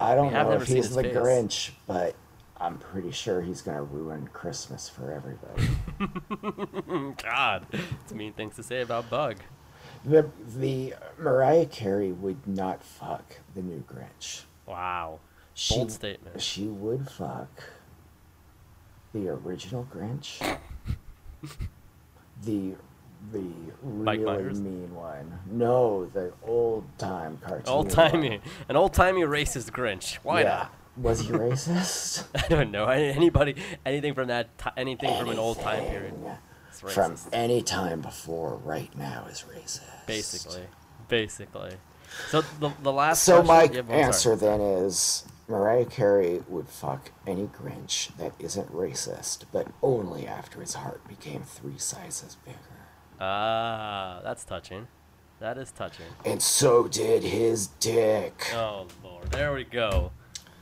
Speaker 5: I don't
Speaker 4: I've
Speaker 5: know
Speaker 4: never
Speaker 5: if
Speaker 4: seen
Speaker 5: he's
Speaker 4: his
Speaker 5: the
Speaker 4: face.
Speaker 5: Grinch, but I'm pretty sure he's gonna ruin Christmas for everybody.
Speaker 4: God. It's mean things to say about Bug.
Speaker 5: the the Mariah Carey would not fuck the new Grinch.
Speaker 4: Wow.
Speaker 5: She,
Speaker 4: Bold statement.
Speaker 5: She would fuck the original Grinch.
Speaker 4: (laughs)
Speaker 5: the the
Speaker 4: Mike
Speaker 5: really
Speaker 4: Myers?
Speaker 5: mean one. No, the old time cartoon.
Speaker 4: Old timey. An old timey racist Grinch. Why
Speaker 5: yeah. Was he racist?
Speaker 4: not? (laughs) I don't know. Any- Anybody, anything from that, ti anything from an old time period.
Speaker 5: Anything
Speaker 4: It's
Speaker 5: From
Speaker 4: racist.
Speaker 5: any time before right now is racist.
Speaker 4: Basically. Basically. So the, the last
Speaker 5: So
Speaker 4: question-
Speaker 5: my
Speaker 4: yeah, I'm sorry.
Speaker 5: answer then is Mariah Carey would fuck any Grinch that isn't racist, but only after his heart became three sizes bigger.
Speaker 4: Ah, that's touching. That is touching.
Speaker 5: And so did his dick.
Speaker 4: Oh lord, there we go.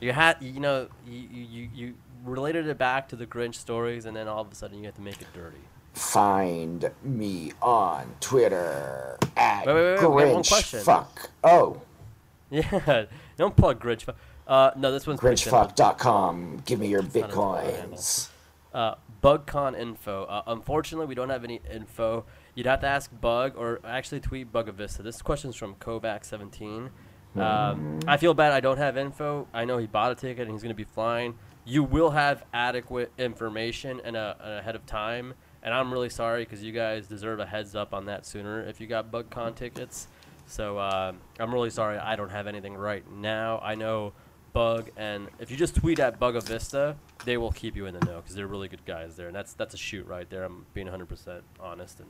Speaker 4: You had, you know, you you you- you related it back to the Grinch stories, and then all of a sudden you have to make it dirty.
Speaker 5: Find me on Twitter at
Speaker 4: Wait, wait, wait, wait, we have one question.
Speaker 5: Grinch fuck. Oh,
Speaker 4: (laughs) Yeah, don't plug Grinch. fu- Uh, no, this one's pretty simple.
Speaker 5: grinchfuck.com. Give me your
Speaker 4: not a
Speaker 5: bitcoins.
Speaker 4: Uh, BugCon info. Uh, unfortunately, we don't have any info. You'd have to ask Bug or actually tweet Bugavista. This question's from Kovac17. Um, I feel bad I don't have info. I know he bought a ticket and he's going to be flying. You will have adequate information and uh, uh, ahead of time. And I'm really sorry because you guys deserve a heads up on that sooner if you got BugCon tickets. So uh, I'm really sorry I don't have anything right now. I know Bug and if you just tweet at Bugavista, they will keep you in the know because they're really good guys there, and that's that's a shoot right there. I'm being 100% honest, and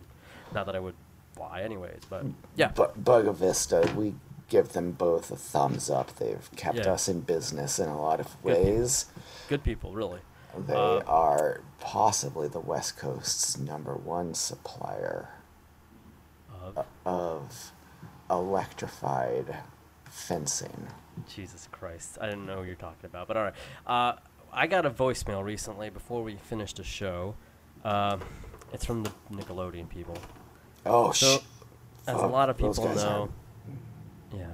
Speaker 4: not that I would lie anyways, but yeah,
Speaker 5: But Buga Vista, we give them both a thumbs up. They've kept
Speaker 4: Yeah.
Speaker 5: us in business in a lot of
Speaker 4: Good people.
Speaker 5: ways.
Speaker 4: good people, really.
Speaker 5: They
Speaker 4: Uh,
Speaker 5: are possibly the West Coast's number one supplier
Speaker 4: Of
Speaker 5: of electrified fencing.
Speaker 4: Jesus Christ, I didn't know what you're talking about, but all right. Uh, I got a voicemail recently before we finished the show. Uh, it's from the Nickelodeon people.
Speaker 5: Oh,
Speaker 4: So,
Speaker 5: sh-
Speaker 4: as a
Speaker 5: Fuck,
Speaker 4: lot of people
Speaker 5: those guys
Speaker 4: know,
Speaker 5: aren't-
Speaker 4: yeah,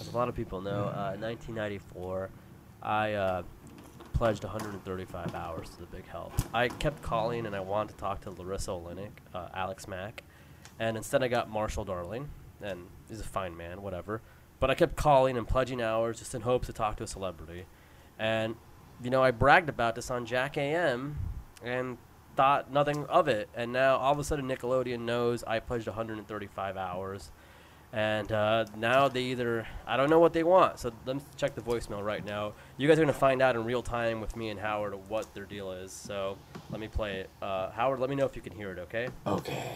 Speaker 4: as a lot of people know, uh, in 1994, I uh, pledged 135 hours to the Big Help. I kept calling and I wanted to talk to Larissa Olenek, uh, Alex Mack, and instead I got Marshall Darling, and he's a fine man, whatever. But I kept calling and pledging hours just in hopes to talk to a celebrity, and you know I bragged about this on Jack AM, and thought nothing of it. And now all of a sudden Nickelodeon knows I pledged 135 hours, And uh, now they either I don't know what they want. So let's check the voicemail right now. You guys are gonna find out in real time with me and Howard what their deal is. So let me play it. Uh, Howard, let me know if you can hear it. Okay?
Speaker 5: Okay.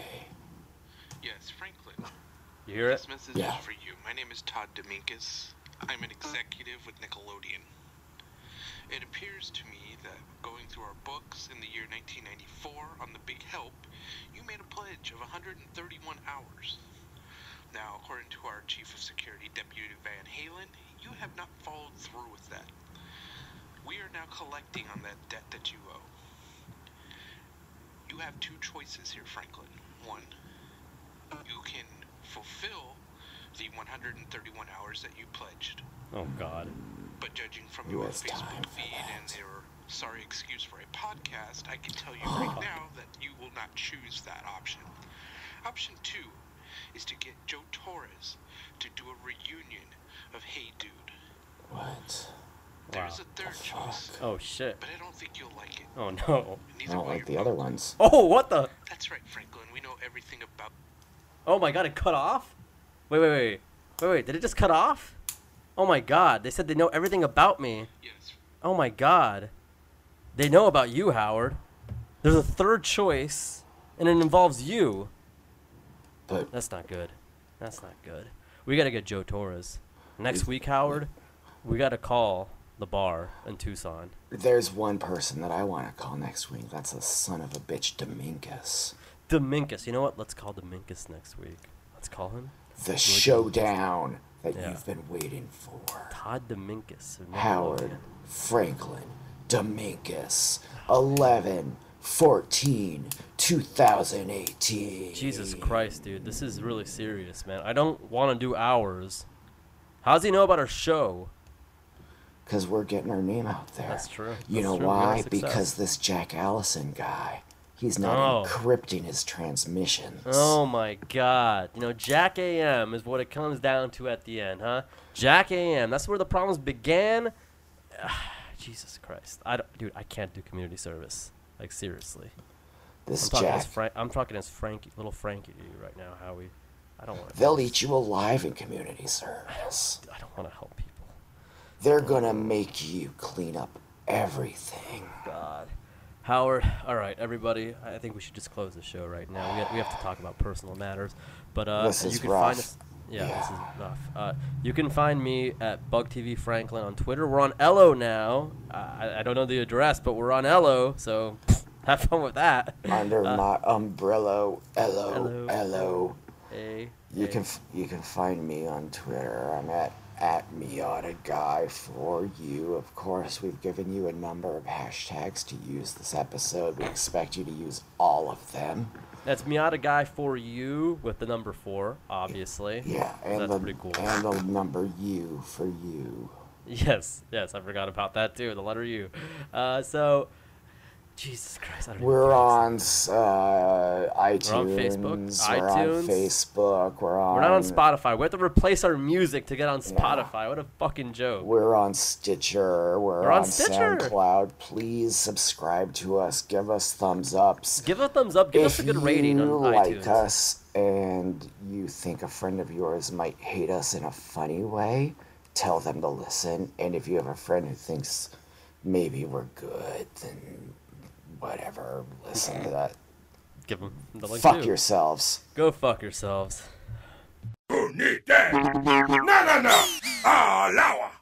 Speaker 3: Yes, Franklin.
Speaker 4: You hear it?
Speaker 3: This message
Speaker 5: Yeah.
Speaker 3: is for you. My name is Todd Dominguez. I'm an executive with Nickelodeon. It appears to me that going through our books in the year 1994 on The Big Help, you made a pledge of 131 hours. Now, according to our Chief of Security, Deputy Van Halen, you have not followed through with that. We are now collecting on that debt that you owe. You have two choices here, Franklin. One, you can fulfill the 131 hours that you pledged.
Speaker 4: Oh God.
Speaker 3: But judging from
Speaker 5: Who
Speaker 3: your
Speaker 5: has time
Speaker 3: Facebook
Speaker 5: for
Speaker 3: feed
Speaker 5: that?
Speaker 3: and your sorry excuse for a podcast, I can tell you
Speaker 5: Oh.
Speaker 3: right now that you will not choose that option. Option two is to get Joe Torres to do a reunion of Hey Dude.
Speaker 5: What?
Speaker 4: Wow.
Speaker 3: There's a third choice,
Speaker 4: Oh shit.
Speaker 3: but I don't think you'll like it.
Speaker 4: Oh (laughs) no.
Speaker 5: I
Speaker 3: Neither
Speaker 5: don't
Speaker 3: will
Speaker 5: like
Speaker 3: your
Speaker 5: the other ones.
Speaker 4: Oh what the?
Speaker 3: That's right, Franklin. We know everything about.
Speaker 4: Oh my god, it cut off? Wait, wait, wait. Wait, wait, did it just cut off? Oh my god, they said they know everything about me.
Speaker 3: Yes,
Speaker 4: Oh my god. They know about you, Howard. There's a third choice, and it involves you.
Speaker 5: But
Speaker 4: That's not good. That's not good. We gotta get Joe Torres. Next week, Howard, we gotta call the bar in Tucson.
Speaker 5: there's one person that I want to call next week. That's the son of a bitch, Dominguez.
Speaker 4: Dominkus, you know what? Let's call Dominkus next week. Let's call him
Speaker 5: The showdown that
Speaker 4: Yeah.
Speaker 5: you've been waiting for.
Speaker 4: Todd Dominkus. of
Speaker 5: Howard,
Speaker 4: Nickelodeon.
Speaker 5: Franklin, Dominguez, 11, 14, 2018.
Speaker 4: Jesus Christ, dude, this is really serious, man. I don't want to do hours. How does he know about our show?
Speaker 5: Because we're getting our name out there.
Speaker 4: That's true.
Speaker 5: You
Speaker 4: That's
Speaker 5: know
Speaker 4: true. We got
Speaker 5: why?
Speaker 4: success.
Speaker 5: Because this Jack Allison guy, he's not
Speaker 4: Oh.
Speaker 5: encrypting his transmissions.
Speaker 4: Oh my God! You know, Jack AM is what it comes down to at the end, huh? Jack AM. That's where the problems began. (sighs) Jesus Christ, I don't, dude, I can't do community service. Like seriously, I'm
Speaker 5: this
Speaker 4: talking as
Speaker 5: Jack.
Speaker 4: Frank. I'm talking as Frankie, little Frankie to you right now, Howie. I don't want to.
Speaker 5: They'll eat you alive in community service.
Speaker 4: I don't want to help people.
Speaker 5: They're going to make you clean up everything.
Speaker 4: God. Howard, all right, everybody. I I think we should just close the show right now. We have, we have to talk about personal matters, but uh,
Speaker 5: This
Speaker 4: you
Speaker 5: is
Speaker 4: can
Speaker 5: rough.
Speaker 4: find us. Yeah, this is rough. Uh, you can find me at Bug TV Franklin on Twitter. We're on Ello now. Uh, I, I don't know the address, but we're on Ello, so (laughs) have fun with that.
Speaker 5: Under my umbrella,
Speaker 4: Uh, Hello.
Speaker 5: hello, hello.
Speaker 4: Hey,
Speaker 5: You
Speaker 4: hey.
Speaker 5: can f- you can find me on Twitter. I'm at at Miata Guy for you. Of course, we've given you a number of hashtags to use this episode. We expect you to use all of them.
Speaker 4: That's Miata guy for you with the number four, obviously.
Speaker 5: Yeah, and
Speaker 4: That's
Speaker 5: the
Speaker 4: pretty cool.
Speaker 5: and the number U for you.
Speaker 4: Yes, yes, I forgot about that too. The letter U. Uh, so, Jesus Christ, I don't even
Speaker 5: We're
Speaker 4: know.
Speaker 5: on s- uh, iTunes.
Speaker 4: on Facebook,
Speaker 5: We're on
Speaker 4: iTunes.
Speaker 5: Facebook. We're on.
Speaker 4: We're not on Spotify. We have to replace our music to get on Spotify. What a fucking joke.
Speaker 5: We're on Stitcher. We're,
Speaker 4: on
Speaker 5: on,
Speaker 4: Stitcher.
Speaker 5: SoundCloud. Please subscribe to us. Give us thumbs ups.
Speaker 4: Give a thumbs up. Give
Speaker 5: if
Speaker 4: us a good rating on
Speaker 5: you like
Speaker 4: iTunes.
Speaker 5: us and you think a friend of yours might hate us in a funny way, tell them to listen. And if you have a friend who thinks maybe we're good, then whatever, listen to that.
Speaker 4: Give 'em the link
Speaker 5: Fuck
Speaker 4: too.
Speaker 5: yourselves.
Speaker 4: Go fuck yourselves.
Speaker 6: Who need that? No, no, no! All our